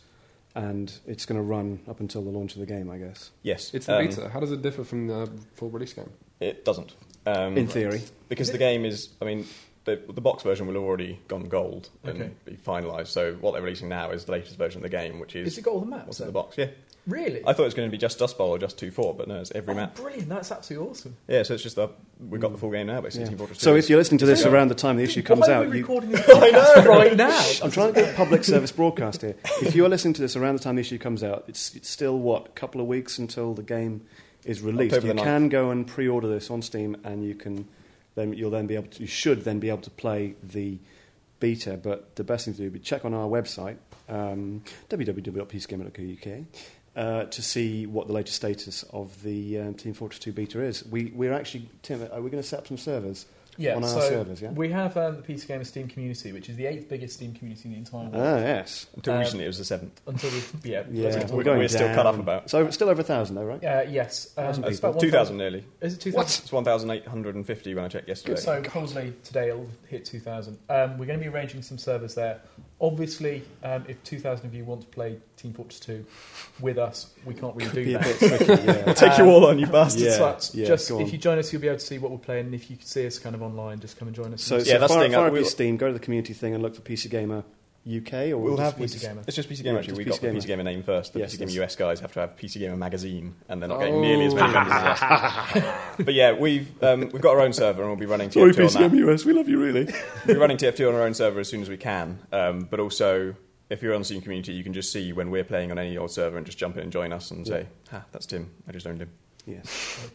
[SPEAKER 1] and it's going to run up until the launch of the game, I guess,
[SPEAKER 3] yes,
[SPEAKER 4] It's the
[SPEAKER 3] um,
[SPEAKER 4] beta. How does it differ from the full release game?
[SPEAKER 3] It doesn't. Um,
[SPEAKER 1] in theory.
[SPEAKER 3] because the game is, I mean, the, the box version will have already gone gold and
[SPEAKER 2] Okay.
[SPEAKER 3] be finalised. So what they're releasing now is the latest version of the game, which is
[SPEAKER 2] Is it got all the maps?
[SPEAKER 3] what's in the
[SPEAKER 2] then?
[SPEAKER 3] box. Yeah,
[SPEAKER 2] Really?
[SPEAKER 3] I thought it was going to be just Dust Bowl or just Two Four, but no, it's every
[SPEAKER 2] Oh,
[SPEAKER 3] map.
[SPEAKER 2] Brilliant. That's absolutely awesome.
[SPEAKER 3] Yeah, so it's just the, we've got the full game now, basically.
[SPEAKER 1] Yeah.
[SPEAKER 3] Team Fortress 2
[SPEAKER 1] So
[SPEAKER 3] is-
[SPEAKER 1] if you're listening to this
[SPEAKER 2] So-
[SPEAKER 1] around the time the issue comes
[SPEAKER 2] Why
[SPEAKER 1] out,
[SPEAKER 2] Are we
[SPEAKER 1] you,
[SPEAKER 2] recording this podcast right now.
[SPEAKER 1] I'm trying to get public service broadcast here. If you're listening to this around the time the issue comes out, it's, it's still, what, a couple of weeks until the game is released.
[SPEAKER 3] October
[SPEAKER 1] you
[SPEAKER 3] the
[SPEAKER 1] can go and pre order this on Steam, and you can then, you'll then be able to, you should then be able to play the beta. But the best thing to do would be check on our website, um, www.peacegamer.co.uk. Uh, to see what the latest status of the um, Team Fortress 2 beta is, we, we're actually Tim. Are we going to set up some servers?
[SPEAKER 2] Yeah,
[SPEAKER 1] on our
[SPEAKER 2] so
[SPEAKER 1] servers, yeah?
[SPEAKER 2] we have um, the PC Gamer Steam community, which is the eighth biggest Steam community in the entire world.
[SPEAKER 1] Ah, yes.
[SPEAKER 3] Until
[SPEAKER 2] Um,
[SPEAKER 3] recently, it was the seventh.
[SPEAKER 2] Until we, yeah,
[SPEAKER 1] Yeah,
[SPEAKER 2] that's what
[SPEAKER 3] we're
[SPEAKER 1] we're
[SPEAKER 2] talking
[SPEAKER 1] going
[SPEAKER 3] we're still cut
[SPEAKER 1] down.
[SPEAKER 3] up about.
[SPEAKER 1] So it's still over a thousand, though, right?
[SPEAKER 2] about. Uh, yes, um,
[SPEAKER 1] Thousand
[SPEAKER 2] it's
[SPEAKER 1] people.
[SPEAKER 2] about
[SPEAKER 3] 2,000 nearly.
[SPEAKER 2] Is it two
[SPEAKER 3] What?
[SPEAKER 2] thousand?
[SPEAKER 3] It's 1,850 when I checked yesterday.
[SPEAKER 2] So probably today it'll hit two thousand. Um, we're going to be arranging some servers there. Obviously, um, if two thousand of you want to play Team Fortress Two with us, we can't really do
[SPEAKER 1] Be a
[SPEAKER 2] that.
[SPEAKER 1] bit tricky, yeah.
[SPEAKER 3] Take
[SPEAKER 2] Um,
[SPEAKER 3] you all on, you bastards.
[SPEAKER 1] yeah.
[SPEAKER 2] But just
[SPEAKER 1] go on.
[SPEAKER 2] if you join us, you'll be able to see what we're playing. And if you can see us kind of online, just come and join us.
[SPEAKER 1] So,
[SPEAKER 2] And
[SPEAKER 1] so
[SPEAKER 3] Yeah, that's the
[SPEAKER 1] fire,
[SPEAKER 3] thing, uh,
[SPEAKER 1] fire up
[SPEAKER 3] we'll-
[SPEAKER 1] your Steam, go to the community thing and look for PC Gamer UK, or
[SPEAKER 3] We'll
[SPEAKER 1] just-
[SPEAKER 3] have
[SPEAKER 1] we
[SPEAKER 2] PC
[SPEAKER 1] just-
[SPEAKER 2] Gamer.
[SPEAKER 3] It's just PC Gamer,
[SPEAKER 1] Yeah,
[SPEAKER 3] actually.
[SPEAKER 1] just
[SPEAKER 3] We
[SPEAKER 1] PC
[SPEAKER 3] got the PC Gamer name first. The
[SPEAKER 1] Yes,
[SPEAKER 3] PC Gamer
[SPEAKER 1] yes.
[SPEAKER 3] US guys have to have PC Gamer Magazine, and they're not getting nearly as
[SPEAKER 4] Oh.
[SPEAKER 3] many members as us. But yeah, we've, um, we've got our own server, and we'll be running
[SPEAKER 1] Sorry,
[SPEAKER 3] TF2
[SPEAKER 1] PC
[SPEAKER 3] on that.
[SPEAKER 1] Gamer US, we love you really.
[SPEAKER 3] We'll be running TF2 on our own server as soon as we can. Um, but also, if you're on the Steam community, you can just see when we're playing on any old server and just jump in and join us and say, ha, that's Tim. I just owned him.
[SPEAKER 1] yes.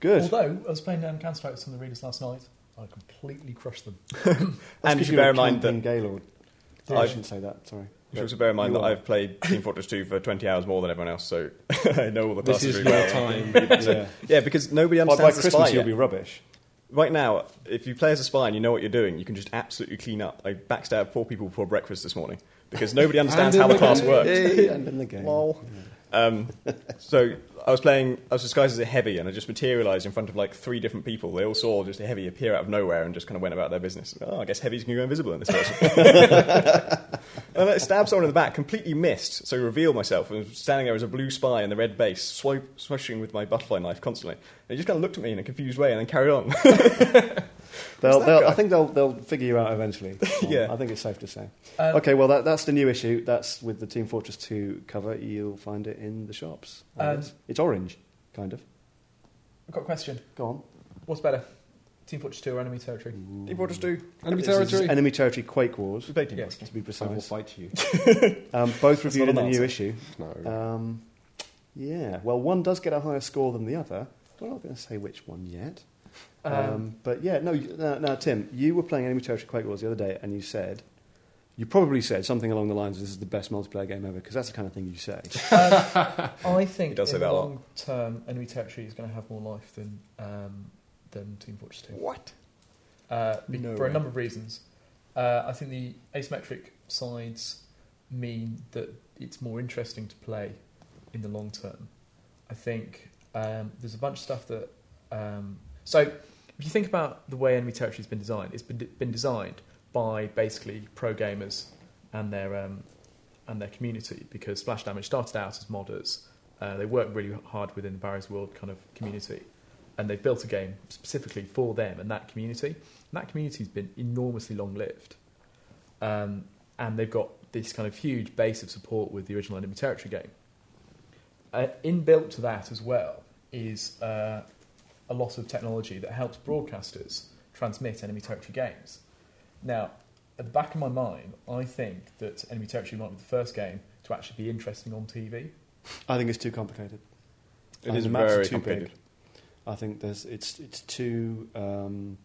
[SPEAKER 1] Good.
[SPEAKER 2] Although I was playing um, Counter Strike with some of the readers last night, I completely crushed them.
[SPEAKER 1] That's
[SPEAKER 3] and you
[SPEAKER 1] because
[SPEAKER 3] should
[SPEAKER 1] you're
[SPEAKER 3] bear
[SPEAKER 1] a
[SPEAKER 3] in mind that
[SPEAKER 1] campaign Gaylord.
[SPEAKER 3] Yeah.
[SPEAKER 1] I shouldn't say that. Sorry.
[SPEAKER 3] You should also bear in mind
[SPEAKER 1] You
[SPEAKER 3] that
[SPEAKER 1] are.
[SPEAKER 3] I've played Team Fortress 2 for 20 hours more than everyone else, so I know all the
[SPEAKER 4] This
[SPEAKER 3] classes
[SPEAKER 4] is
[SPEAKER 3] really
[SPEAKER 4] your
[SPEAKER 3] well.
[SPEAKER 4] time.
[SPEAKER 1] yeah.
[SPEAKER 3] Yeah, because nobody
[SPEAKER 1] By, by
[SPEAKER 3] understands the
[SPEAKER 1] Christmas,
[SPEAKER 3] spy
[SPEAKER 1] you'll
[SPEAKER 3] yet.
[SPEAKER 1] be rubbish.
[SPEAKER 3] Right now, if you play as a spy and you know what you're doing, you can just absolutely clean up. I backstabbed four people before breakfast this morning because nobody understands
[SPEAKER 4] And
[SPEAKER 3] how
[SPEAKER 4] in
[SPEAKER 3] the
[SPEAKER 4] the
[SPEAKER 3] class
[SPEAKER 4] game.
[SPEAKER 3] works.
[SPEAKER 1] and in the game.
[SPEAKER 3] Lol. Um, so I was playing, I was disguised as a heavy, and I just materialised in front of like three different people. They all saw just a heavy appear out of nowhere and just kind of went about their business. Oh, I guess heavies can go invisible in this version. and I stabbed someone in the back, completely missed, so revealed myself, and was standing there as a blue spy in the red base, swipe, swishing with my butterfly knife constantly. And he just kind of looked at me in a confused way and then carried on.
[SPEAKER 1] They'll,
[SPEAKER 3] that
[SPEAKER 1] they'll,
[SPEAKER 3] guy?
[SPEAKER 1] I think they'll, they'll figure you out eventually.
[SPEAKER 3] Yeah.
[SPEAKER 1] I think it's safe to say.
[SPEAKER 2] Um,
[SPEAKER 1] okay, well, that, that's the new issue. That's with the Team Fortress 2 cover. You'll find it in the shops. I
[SPEAKER 2] Um,
[SPEAKER 1] guess. it's orange, kind of.
[SPEAKER 2] I've got a question.
[SPEAKER 1] Go on.
[SPEAKER 2] What's better, Team Fortress 2 or Enemy Territory?
[SPEAKER 3] He brought us to
[SPEAKER 4] Enemy
[SPEAKER 1] This is
[SPEAKER 4] territory.
[SPEAKER 1] Enemy territory Quake Wars,
[SPEAKER 3] we played Team
[SPEAKER 2] Yeah.
[SPEAKER 3] Fortress.
[SPEAKER 1] to be
[SPEAKER 5] I will
[SPEAKER 1] precise.
[SPEAKER 5] fight you.
[SPEAKER 1] Um, both reviewed
[SPEAKER 3] not
[SPEAKER 1] in the
[SPEAKER 3] an
[SPEAKER 1] new
[SPEAKER 3] answer.
[SPEAKER 1] issue.
[SPEAKER 4] No.
[SPEAKER 1] Um, yeah, well, one does get a higher score than the other. We're not going to say which one yet. Um, but yeah, no, you- now, now, Tim, you were playing Enemy Territory Quake Wars the other day, and you said, you probably said something along the lines of this is the best multiplayer game ever, because that's the kind of thing you say.
[SPEAKER 2] Um, I
[SPEAKER 3] He
[SPEAKER 2] think in
[SPEAKER 3] does say that
[SPEAKER 2] the
[SPEAKER 3] a lot.
[SPEAKER 2] long term, Enemy Territory is going to have more life than um, than Team Fortress 2.
[SPEAKER 3] What?
[SPEAKER 2] Uh, be-
[SPEAKER 3] No
[SPEAKER 2] for
[SPEAKER 3] way.
[SPEAKER 2] a number of reasons. Uh, I think the asymmetric sides mean that it's more interesting to play in the long term. I think um, there's a bunch of stuff that. Um, so, if you think about the way enemy territory has been designed, it's been, been designed by basically pro gamers and their um, and their community because splash damage started out as modders. Uh, they worked really hard within the Barry's World kind of community, and they built a game specifically for them and that community. And that community's been enormously long lived, um, and they've got this kind of huge base of support with the original Enemy Territory game. Uh, inbuilt to that as well is uh, a lot of technology that helps broadcasters transmit Enemy Territory games. Now, at the back of my mind, I think that Enemy Territory might be the first game to actually be interesting on TV.
[SPEAKER 1] I think it's too complicated.
[SPEAKER 3] It
[SPEAKER 1] And
[SPEAKER 3] is
[SPEAKER 1] the maps
[SPEAKER 3] very
[SPEAKER 1] are too
[SPEAKER 3] complicated.
[SPEAKER 1] big. I think there's it's it's too. Um,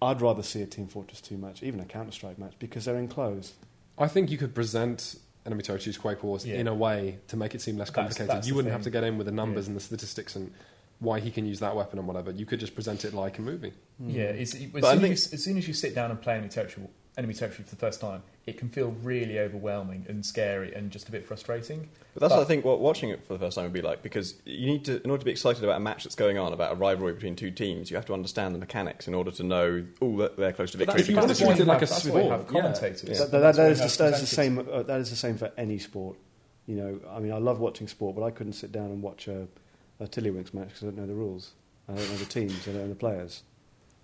[SPEAKER 1] I'd rather see a Team Fortress 2 match, even a Counter Strike match, because they're enclosed.
[SPEAKER 4] I think you could present Enemy Territory's Quake Wars
[SPEAKER 2] Yeah.
[SPEAKER 4] in a way to make it seem less
[SPEAKER 2] That's-
[SPEAKER 4] complicated.
[SPEAKER 2] that's
[SPEAKER 4] you
[SPEAKER 2] the
[SPEAKER 4] wouldn't
[SPEAKER 2] thing.
[SPEAKER 4] have to get in with the numbers
[SPEAKER 2] Yeah.
[SPEAKER 4] and the statistics and why he can use that weapon and whatever. You could just present it like a movie.
[SPEAKER 1] Mm.
[SPEAKER 2] Yeah, it's, it- as,
[SPEAKER 3] But I
[SPEAKER 2] soon
[SPEAKER 3] think-
[SPEAKER 2] as, you, as soon as you sit down and play enemy territory, enemy territory for the first time, it can feel really overwhelming and scary and just a bit frustrating.
[SPEAKER 3] But that's
[SPEAKER 2] But-
[SPEAKER 3] what I think what watching it for the first time would be like because you need to in order to be excited about a match that's going on about a rivalry between two teams, you have to understand the mechanics in order to know oh that they're close to
[SPEAKER 2] But
[SPEAKER 3] victory.
[SPEAKER 4] if you
[SPEAKER 3] because
[SPEAKER 4] wanted
[SPEAKER 3] this
[SPEAKER 4] to
[SPEAKER 3] is-
[SPEAKER 2] why
[SPEAKER 4] treat it like
[SPEAKER 2] have-
[SPEAKER 4] a
[SPEAKER 2] that's why you have
[SPEAKER 4] sport, yeah.
[SPEAKER 2] commentators.
[SPEAKER 1] That- that-
[SPEAKER 2] That's
[SPEAKER 1] that
[SPEAKER 2] why
[SPEAKER 1] is
[SPEAKER 2] you
[SPEAKER 1] the,
[SPEAKER 2] have
[SPEAKER 1] that is the
[SPEAKER 2] presenters.
[SPEAKER 1] same. Uh, that is the same for any sport. You know, I mean, I love watching sport, but I couldn't sit down and watch a, a Tiddlywinks match because I don't know the rules. I don't know the teams. I don't know the players.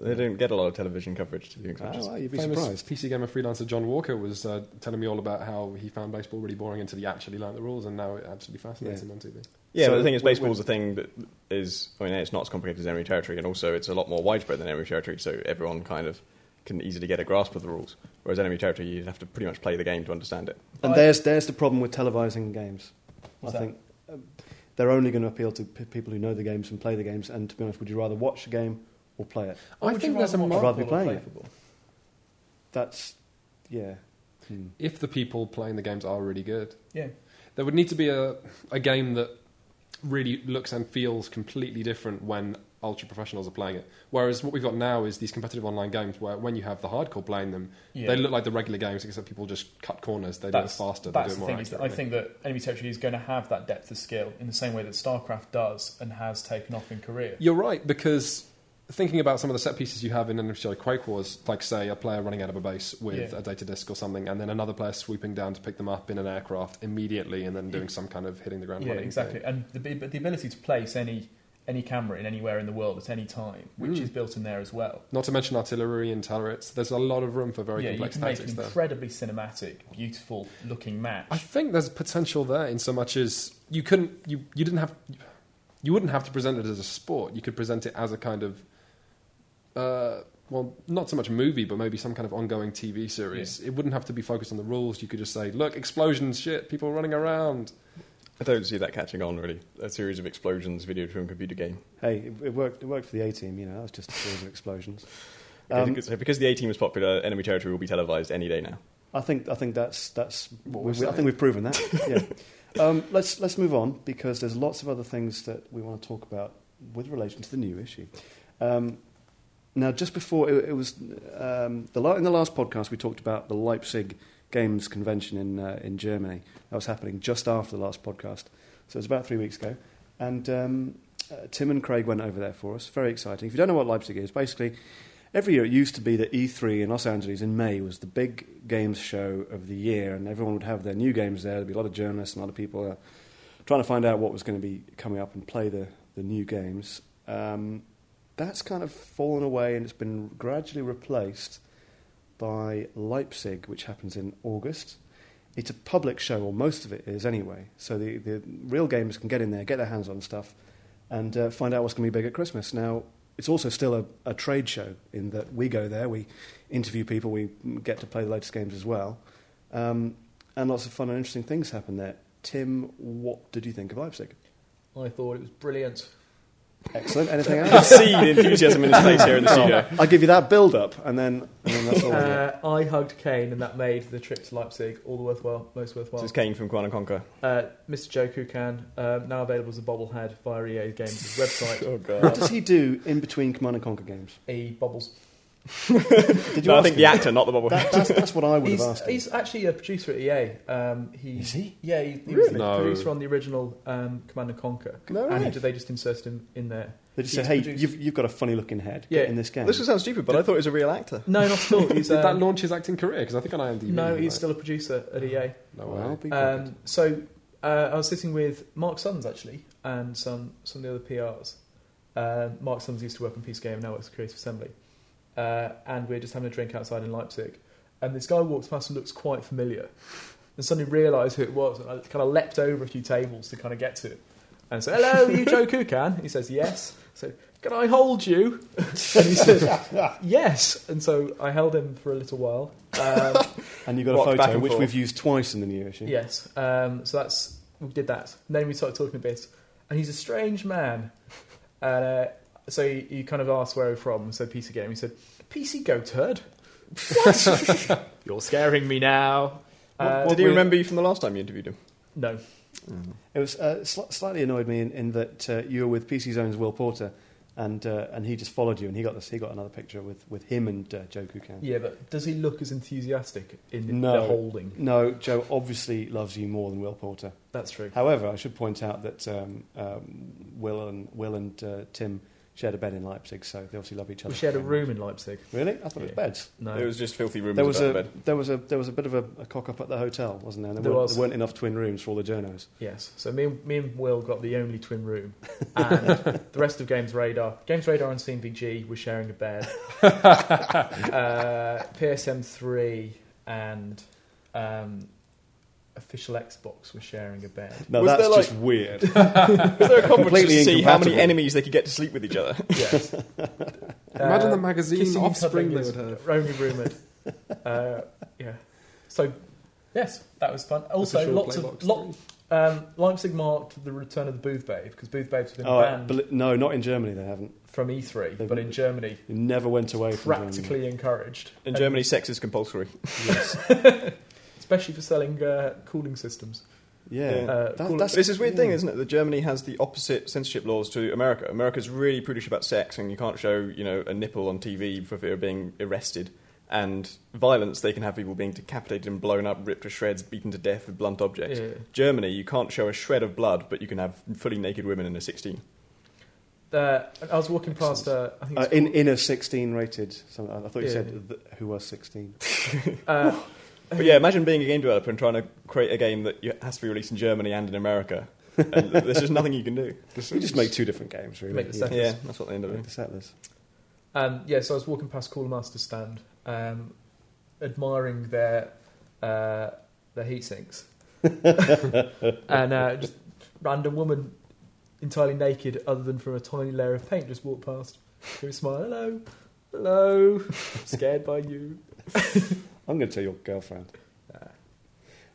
[SPEAKER 3] They don't get a lot of television coverage to the English
[SPEAKER 1] Ah,
[SPEAKER 3] matches.
[SPEAKER 1] well, you'd be
[SPEAKER 4] Famous
[SPEAKER 1] surprised.
[SPEAKER 4] PC gamer freelancer John Walker was uh, telling me all about how he found baseball really boring until he actually learned the rules, and now it absolutely fascinates
[SPEAKER 1] Yeah.
[SPEAKER 4] him on TV.
[SPEAKER 3] Yeah,
[SPEAKER 1] So
[SPEAKER 3] but the thing is,
[SPEAKER 1] when-
[SPEAKER 3] baseball's a thing that is. I mean, it's not as complicated as enemy territory, and also it's a lot more widespread than enemy territory, so everyone kind of can easily get a grasp of the rules. Whereas enemy territory, you'd have to pretty much play the game to understand it.
[SPEAKER 1] And
[SPEAKER 2] I-
[SPEAKER 1] there's there's the problem with televising games.
[SPEAKER 2] What's
[SPEAKER 1] I
[SPEAKER 2] that?
[SPEAKER 1] think um, they're only going to appeal to p- people who know the games and play the games. And to be honest, would you rather watch a game or play it?
[SPEAKER 2] Or
[SPEAKER 4] I
[SPEAKER 2] would
[SPEAKER 4] think
[SPEAKER 2] you
[SPEAKER 4] there's a
[SPEAKER 2] rather watch
[SPEAKER 1] I'd rather be
[SPEAKER 2] football or
[SPEAKER 1] playing
[SPEAKER 2] play football?
[SPEAKER 1] That's yeah. Hmm.
[SPEAKER 4] If the people playing the games are really good,
[SPEAKER 2] Yeah.
[SPEAKER 4] there would need to be a, a game that really looks and feels completely different when ultra professionals are playing it. Whereas what we've got now is these competitive online games where when you have the hardcore playing them,
[SPEAKER 2] Yeah.
[SPEAKER 4] they look like the regular games except people just cut corners. They
[SPEAKER 2] that's,
[SPEAKER 4] do it faster.
[SPEAKER 2] That's
[SPEAKER 4] they do
[SPEAKER 2] the
[SPEAKER 4] it
[SPEAKER 2] thing.
[SPEAKER 4] more
[SPEAKER 2] Is that I
[SPEAKER 4] accurately.
[SPEAKER 2] think that enemy territory is going to have that depth of skill in the same way that StarCraft does and has taken off in Korea.
[SPEAKER 4] You're right because thinking about some of the set pieces you have in NWCI Quake Wars, like say a player running out of a base with
[SPEAKER 2] Yeah.
[SPEAKER 4] a data disk or something, and then another player swooping down to pick them up in an aircraft immediately, and then doing some kind of hitting the ground
[SPEAKER 2] Yeah,
[SPEAKER 4] running. thing.
[SPEAKER 2] exactly. And the, bi- but the ability to place any any camera in anywhere in the world at any time, which
[SPEAKER 4] Mm.
[SPEAKER 2] is built in there as well.
[SPEAKER 4] Not to mention artillery and turrets. There's a lot of room for very
[SPEAKER 2] yeah, you
[SPEAKER 4] complex
[SPEAKER 2] can make an
[SPEAKER 4] tactics there.
[SPEAKER 2] incredibly cinematic, beautiful looking match.
[SPEAKER 4] I think there's potential there in so much as you couldn't you you didn't have you wouldn't have to present it as a sport. You could present it as a kind of uh, well, not so much a movie, but maybe some kind of ongoing TV series. It wouldn't have to be focused on the rules. You could just say, "Look, explosions, shit, people running around."
[SPEAKER 3] I don't see that catching on really. A series of explosions, video to computer game.
[SPEAKER 1] Hey, it, it worked. It worked for the A team. You know, that was just a series of explosions.
[SPEAKER 3] Because,
[SPEAKER 1] Um,
[SPEAKER 3] because- because the A team is popular, enemy territory will be televised any day now.
[SPEAKER 1] I think I think that's that's
[SPEAKER 4] What
[SPEAKER 1] we, we-
[SPEAKER 4] we're
[SPEAKER 1] I
[SPEAKER 4] saying.
[SPEAKER 1] think we've proven that. yeah. Um, let's let's move on because there's lots of other things that we want to talk about with relation to the new issue. Um, now, just before it, it was um, the la- in the last podcast we talked about the Leipzig Games Convention in uh, in Germany that was happening just after the last podcast, so it was about three weeks ago, and um, uh, Tim and Craig went over there for us. Very exciting. If you don't know what Leipzig is, basically Every year it used to be that E3 in Los Angeles in May was the big games show of the year, and everyone would have their new games there. There'd be a lot of journalists and a lot of people uh, trying to find out what was going to be coming up and play the, the new games. Um, that's kind of fallen away and it's been gradually replaced by Leipzig, which happens in August. It's a public show, or most of it is anyway, so the, the real gamers can get in there, get their hands on stuff, and uh, find out what's going to be big at Christmas. Now, it's also still a, a trade show in that we go there, we interview people, we get to play the latest games as well. Um, and lots of fun and interesting things happen there. Tim, what did you think of Leipzig?
[SPEAKER 2] I thought it was brilliant.
[SPEAKER 1] Excellent. Anything
[SPEAKER 3] You can
[SPEAKER 1] else?
[SPEAKER 3] see the enthusiasm in his face here in the studio.
[SPEAKER 1] I give you that build up, and then, and then that's all. I get.
[SPEAKER 2] Uh, I hugged Kane, and that made the trip to Leipzig all the worthwhile, most worthwhile.
[SPEAKER 3] This is Kane from Quan and Conquer.
[SPEAKER 2] Uh, Mr. Joe Kukan, um, now available as a bobblehead via EA Games' website.
[SPEAKER 3] Oh god.
[SPEAKER 1] What does he do in between Command and Conquer games?
[SPEAKER 2] He bobbles.
[SPEAKER 1] Did you
[SPEAKER 3] No, I
[SPEAKER 1] ask
[SPEAKER 3] think
[SPEAKER 1] him?
[SPEAKER 3] the actor, not the bobblehead.
[SPEAKER 1] That- that's, that's what I would
[SPEAKER 2] He's,
[SPEAKER 1] have asked. him.
[SPEAKER 2] he's actually a producer at EA. Um, he,
[SPEAKER 1] Is he?
[SPEAKER 2] Yeah, he, he was
[SPEAKER 4] Really?
[SPEAKER 2] the
[SPEAKER 4] No.
[SPEAKER 2] producer on the original um, Command and Conquer.
[SPEAKER 1] No
[SPEAKER 2] and
[SPEAKER 1] way.
[SPEAKER 2] they just inserted him in there.
[SPEAKER 1] They just say,
[SPEAKER 2] he's
[SPEAKER 1] "Hey,
[SPEAKER 2] produced-
[SPEAKER 1] you've, you've got a funny looking head
[SPEAKER 2] Yeah.
[SPEAKER 1] in this game."
[SPEAKER 3] This would sound stupid, but I thought he was a real actor.
[SPEAKER 2] No, not at all. He's,
[SPEAKER 4] Did that
[SPEAKER 2] um,
[SPEAKER 4] launch his acting career? Because I think on IMDb.
[SPEAKER 2] no,
[SPEAKER 4] he
[SPEAKER 2] he's
[SPEAKER 4] might-
[SPEAKER 2] still a producer at EA.
[SPEAKER 4] No way.
[SPEAKER 1] Well, be
[SPEAKER 2] Um, so uh, I was sitting with Mark Summers actually, and some some of the other PRs. Uh, Mark Summers used to work on Peace Game, now works for Creative Assembly, uh, and we are just having a drink outside in Leipzig. And this guy walks past and looks quite familiar, and suddenly realised who it was, and I kind of leapt over a few tables to kind of get to him, and said, "Hello, you Joe Kukan?" He says, "Yes." So. Can I hold you? And he says, yes. And so I held him for a little while. Um,
[SPEAKER 1] and you've got
[SPEAKER 3] Rock
[SPEAKER 1] a
[SPEAKER 3] back
[SPEAKER 1] photo
[SPEAKER 3] and
[SPEAKER 1] which
[SPEAKER 3] forth.
[SPEAKER 1] we've used twice in the new issue.
[SPEAKER 2] Yes. Um, so that's we did that. And then we started talking a bit, and he's a strange man. And uh, so he, he kind of asked where we're from. We said PC game. He said PC Go Turd. What? You're scaring me now.
[SPEAKER 3] What-
[SPEAKER 2] Uh,
[SPEAKER 3] what- did he
[SPEAKER 2] we-
[SPEAKER 3] remember you from the last time you interviewed him?
[SPEAKER 2] Uh, No.
[SPEAKER 3] Mm-hmm.
[SPEAKER 1] It was uh, sl- slightly annoyed me in, in that uh, you were with PC Zone's Will Porter, and uh, and he just followed you, and he got this. He got another picture with, with him and uh, Joe Kukan.
[SPEAKER 2] Yeah, but does he look as enthusiastic in
[SPEAKER 1] No.
[SPEAKER 2] the holding?
[SPEAKER 1] No, Joe obviously loves you more than Will Porter.
[SPEAKER 2] That's true.
[SPEAKER 1] However, I should point out that um, um, Will and Will and uh, Tim shared a bed in Leipzig, so they obviously love each other.
[SPEAKER 2] We shared a
[SPEAKER 1] very much.
[SPEAKER 2] room in Leipzig.
[SPEAKER 1] Really? I thought it was
[SPEAKER 2] Yeah.
[SPEAKER 1] beds.
[SPEAKER 2] No.
[SPEAKER 3] It was just filthy rumours
[SPEAKER 1] There was
[SPEAKER 3] about the
[SPEAKER 1] a
[SPEAKER 3] bed.
[SPEAKER 1] there was a there was a bit of a, a cock up at the hotel, wasn't there? There,
[SPEAKER 2] There
[SPEAKER 1] weren't,
[SPEAKER 2] was.
[SPEAKER 1] there weren't enough twin rooms for all the journos.
[SPEAKER 2] Yes. So me and, me and Will got the only twin room, and the rest of Games Radar, Games Radar and CMVG were sharing a bed. uh, PSM three and um, official Xbox were sharing a bed.
[SPEAKER 1] No,
[SPEAKER 3] Was
[SPEAKER 1] that's
[SPEAKER 3] there, like-
[SPEAKER 1] just weird.
[SPEAKER 3] Was there a conference
[SPEAKER 1] Completely
[SPEAKER 3] to see how many
[SPEAKER 1] incompatible.
[SPEAKER 3] enemies they could get to sleep with each other?
[SPEAKER 2] Yes. Uh,
[SPEAKER 4] Imagine the magazine
[SPEAKER 2] kissing and
[SPEAKER 4] offspring they
[SPEAKER 2] cuddling
[SPEAKER 4] would
[SPEAKER 2] is
[SPEAKER 4] have.
[SPEAKER 2] Only rumoured. uh, yeah. So, yes, that was fun. Also,
[SPEAKER 4] Official
[SPEAKER 2] lots
[SPEAKER 4] Playbox
[SPEAKER 2] of lot, um, Leipzig marked the return of the Booth Babe because Booth Babes have been
[SPEAKER 1] Oh,
[SPEAKER 2] banned
[SPEAKER 1] bel- no, not in Germany. They haven't.
[SPEAKER 2] from E3,
[SPEAKER 1] They've-
[SPEAKER 2] but in Germany,
[SPEAKER 1] It never went away from
[SPEAKER 2] practically encouraged.
[SPEAKER 3] In
[SPEAKER 2] And
[SPEAKER 3] Germany, sex is compulsory.
[SPEAKER 2] especially for selling uh, cooling systems.
[SPEAKER 1] Germany. Yeah,
[SPEAKER 2] Uh,
[SPEAKER 1] That-
[SPEAKER 2] cool.
[SPEAKER 1] that's-
[SPEAKER 3] It's this is weird thing,
[SPEAKER 1] yeah.
[SPEAKER 3] isn't it? That Germany has the opposite censorship laws to America. America's really prudish about sex, and you can't show, you know, a nipple on TV for fear of being arrested. And violence, they can have people being decapitated and blown up, ripped to shreds, beaten to death with blunt objects.
[SPEAKER 2] Yeah.
[SPEAKER 3] Germany, you can't show a shred of blood, but you can have fully naked women in a 16.
[SPEAKER 2] Uh, I was walking past. Uh, I think
[SPEAKER 1] Uh,
[SPEAKER 2] it's
[SPEAKER 1] in in a sixteen rated. Some, I thought you
[SPEAKER 2] Yeah.
[SPEAKER 1] said th- who was sixteen.
[SPEAKER 2] called- uh,
[SPEAKER 3] But yeah, imagine being a game developer and trying to create a game that you- has to be released in Germany and in America. And there's just nothing you can do.
[SPEAKER 1] You just make two different games, really.
[SPEAKER 2] Make the
[SPEAKER 1] yeah.
[SPEAKER 2] second.
[SPEAKER 3] Yeah, that's what they end up
[SPEAKER 1] Make
[SPEAKER 3] doing.
[SPEAKER 1] the settlers.
[SPEAKER 2] Um, yeah, so I was walking past Cooler Master's stand, um, admiring their uh, their heat sinks, and uh, just random woman, entirely naked, other than from a tiny layer of paint, just walked past. She was smiling, hello, hello, scared by you. Uh,
[SPEAKER 1] I'm going to tell your girlfriend.
[SPEAKER 2] Nah.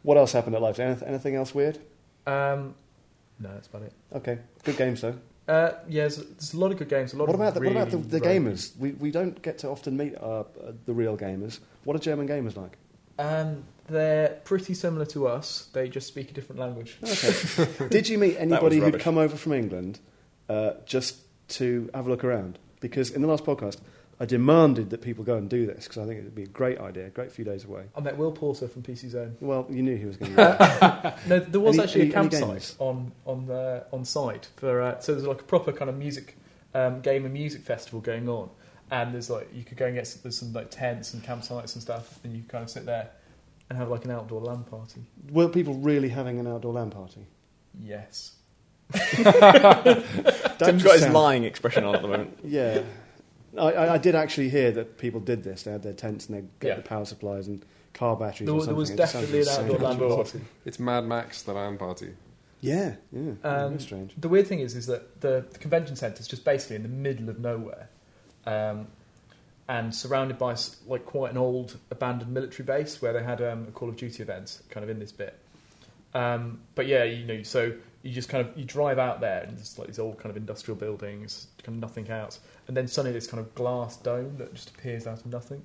[SPEAKER 1] What else happened at Life? Anything, anything else weird?
[SPEAKER 2] Um, no, that's about it.
[SPEAKER 1] Okay, good games though.
[SPEAKER 2] Uh, yeah, there's, there's a lot of good games. A lot
[SPEAKER 1] What
[SPEAKER 2] of
[SPEAKER 1] about the,
[SPEAKER 2] really
[SPEAKER 1] what about the, the
[SPEAKER 2] rogue-
[SPEAKER 1] gamers? We, we don't get to often meet uh, uh, the real gamers. What are German gamers like?
[SPEAKER 2] Um, they're pretty similar to us. They just speak a different language.
[SPEAKER 1] Okay. Did you meet
[SPEAKER 3] was
[SPEAKER 1] anybody who'd
[SPEAKER 3] rubbish.
[SPEAKER 1] come over from England uh, just to have a look around? Because in the last podcast, I demanded that people go and do this because I think it would be a great idea, a great few days away.
[SPEAKER 2] I met Will Porter from PC Zone.
[SPEAKER 1] Well, you knew he was going to.
[SPEAKER 2] No, there was
[SPEAKER 1] Any-
[SPEAKER 2] actually
[SPEAKER 1] any-
[SPEAKER 2] a
[SPEAKER 1] any
[SPEAKER 2] campsite
[SPEAKER 1] games?
[SPEAKER 2] on on the on site for uh, so there's like a proper kind of music um, game and music festival going on, and there's like you could go and get s there's some like tents and campsites and stuff, and you could kind of sit there and have like an outdoor LAN party.
[SPEAKER 1] Were people really having an outdoor LAN party?
[SPEAKER 2] Yes,
[SPEAKER 1] That
[SPEAKER 3] Tim's
[SPEAKER 1] just
[SPEAKER 3] got his
[SPEAKER 1] sounds-
[SPEAKER 3] lying expression on at the moment.
[SPEAKER 1] Yeah. I, I, I did actually hear that people did this. They had their tents and they'd get
[SPEAKER 2] Yeah.
[SPEAKER 1] the power supplies and car batteries.
[SPEAKER 2] there,
[SPEAKER 1] or
[SPEAKER 2] was- there
[SPEAKER 1] something.
[SPEAKER 2] was
[SPEAKER 1] It just
[SPEAKER 2] definitely an
[SPEAKER 1] sounds
[SPEAKER 2] outdoor LAN
[SPEAKER 1] insane.
[SPEAKER 2] party.
[SPEAKER 4] It's Mad Max, the land party.
[SPEAKER 1] Yeah, yeah.
[SPEAKER 2] Um,
[SPEAKER 1] Very strange.
[SPEAKER 2] The weird thing is, is that the, the convention centre is just basically in the middle of nowhere, um, and surrounded by s- like quite an old abandoned military base where they had um, a Call of Duty event, kind of in this bit. Um, but yeah, you know, so you just kind of you drive out there, and there's like these old kind of industrial buildings, kind of nothing else, and then suddenly this kind of glass dome that just appears out of nothing.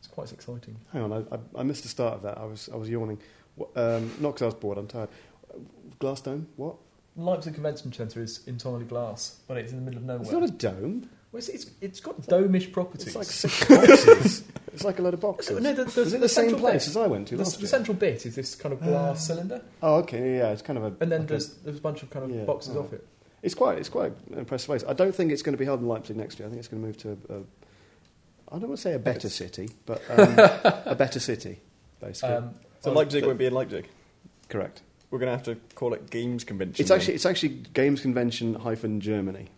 [SPEAKER 2] It's quite exciting.
[SPEAKER 1] Hang on, I, I, I missed the start of that. I was, I was yawning. Wh- Um, not because I was bored, I'm tired. Glass dome? What?
[SPEAKER 2] Leipzig Convention Centre is entirely glass, but it's in the middle of nowhere.
[SPEAKER 1] It's not a dome.
[SPEAKER 2] Well, it's, it's, it's got domish properties.
[SPEAKER 1] It's like six boxes. it's like a load of boxes.
[SPEAKER 2] No, the, the,
[SPEAKER 1] Is it the same
[SPEAKER 2] central
[SPEAKER 1] place
[SPEAKER 2] bit-
[SPEAKER 1] as I went to
[SPEAKER 2] the,
[SPEAKER 1] last
[SPEAKER 2] the
[SPEAKER 1] year?
[SPEAKER 2] central bit is this kind of glass cylinder,
[SPEAKER 1] Oh, okay, yeah, it's kind of a.
[SPEAKER 2] and
[SPEAKER 1] like
[SPEAKER 2] then
[SPEAKER 1] a-
[SPEAKER 2] there's, there's a bunch of kind of
[SPEAKER 1] Yeah,
[SPEAKER 2] boxes
[SPEAKER 1] alright.
[SPEAKER 2] off it.
[SPEAKER 1] It's quite, it's quite an impressive place. I don't think it's going to be held in Leipzig next year. I think it's going to move to a, a I don't want to say a better city, but um, a better city, basically.
[SPEAKER 2] Um,
[SPEAKER 3] So
[SPEAKER 2] oh,
[SPEAKER 3] Leipzig won't be in Leipzig.
[SPEAKER 1] Correct.
[SPEAKER 3] We're going to have to call it Games Convention.
[SPEAKER 1] It's
[SPEAKER 3] then.
[SPEAKER 1] actually, it's actually Games Convention hyphen Germany.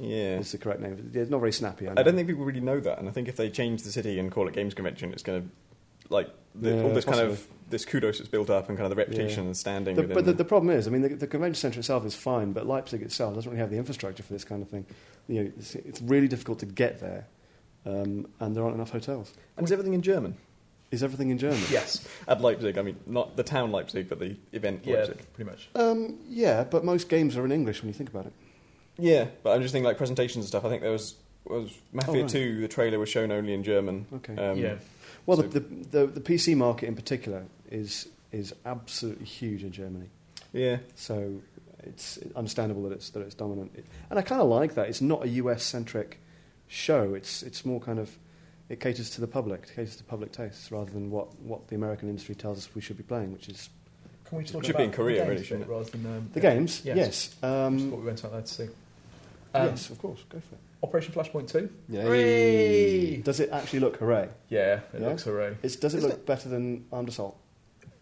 [SPEAKER 3] Yeah.
[SPEAKER 1] Is the correct name? Yeah, It's not very snappy. I, know.
[SPEAKER 3] I don't think people really know that, and I think if they change the city and call it Games Convention, it's going to like the,
[SPEAKER 1] Yeah,
[SPEAKER 3] all this kind of this kudos that's built up and kind of the reputation and standing.
[SPEAKER 1] The,
[SPEAKER 3] within
[SPEAKER 1] but the, the problem is, I mean, the, the convention centre itself is fine, but Leipzig itself doesn't really have the infrastructure for this kind of thing. You know, it's, it's really difficult to get there, um, and there aren't enough hotels.
[SPEAKER 3] and is everything in German
[SPEAKER 1] Is everything in German?
[SPEAKER 2] Yes,
[SPEAKER 3] at Leipzig? I mean, not the town Leipzig, but the event
[SPEAKER 2] yeah,
[SPEAKER 3] Leipzig.
[SPEAKER 2] pretty much.
[SPEAKER 1] Um, yeah, but most games are in English when you think about it.
[SPEAKER 3] Yeah, but I'm just thinking like presentations and stuff. I think there was was Mafia
[SPEAKER 1] Oh, right.
[SPEAKER 3] Two. The trailer was shown only in German.
[SPEAKER 1] Okay.
[SPEAKER 3] Um,
[SPEAKER 2] Oh, yeah,
[SPEAKER 1] Well,
[SPEAKER 3] So-
[SPEAKER 1] the, the, the, the PC market in particular is, is absolutely huge in Germany.
[SPEAKER 3] Yeah.
[SPEAKER 1] So it's understandable that it's that it's dominant. It, and I kind of like that. It's not a US centric show. It's it's more kind of it caters to the public, it caters to public tastes rather than what, what the American industry tells us we should be playing, which is
[SPEAKER 2] Can we talk
[SPEAKER 3] should
[SPEAKER 2] about
[SPEAKER 3] be in Korea,
[SPEAKER 2] the games
[SPEAKER 3] really,
[SPEAKER 2] a bit
[SPEAKER 3] shouldn't it?
[SPEAKER 2] rather than um,
[SPEAKER 1] the
[SPEAKER 2] yeah,
[SPEAKER 1] games.
[SPEAKER 2] Yes.
[SPEAKER 1] Yes.
[SPEAKER 2] which is
[SPEAKER 1] Um,
[SPEAKER 2] what we went out there to see. Um,
[SPEAKER 1] yes, of course. Go for it.
[SPEAKER 2] Operation Flashpoint Two.
[SPEAKER 4] Yay.
[SPEAKER 2] Hooray!
[SPEAKER 1] Does it actually look hooray?
[SPEAKER 2] Yeah, it
[SPEAKER 1] Yeah?
[SPEAKER 2] looks hooray.
[SPEAKER 1] It's, does it
[SPEAKER 3] Isn't
[SPEAKER 1] look better than Armed Assault?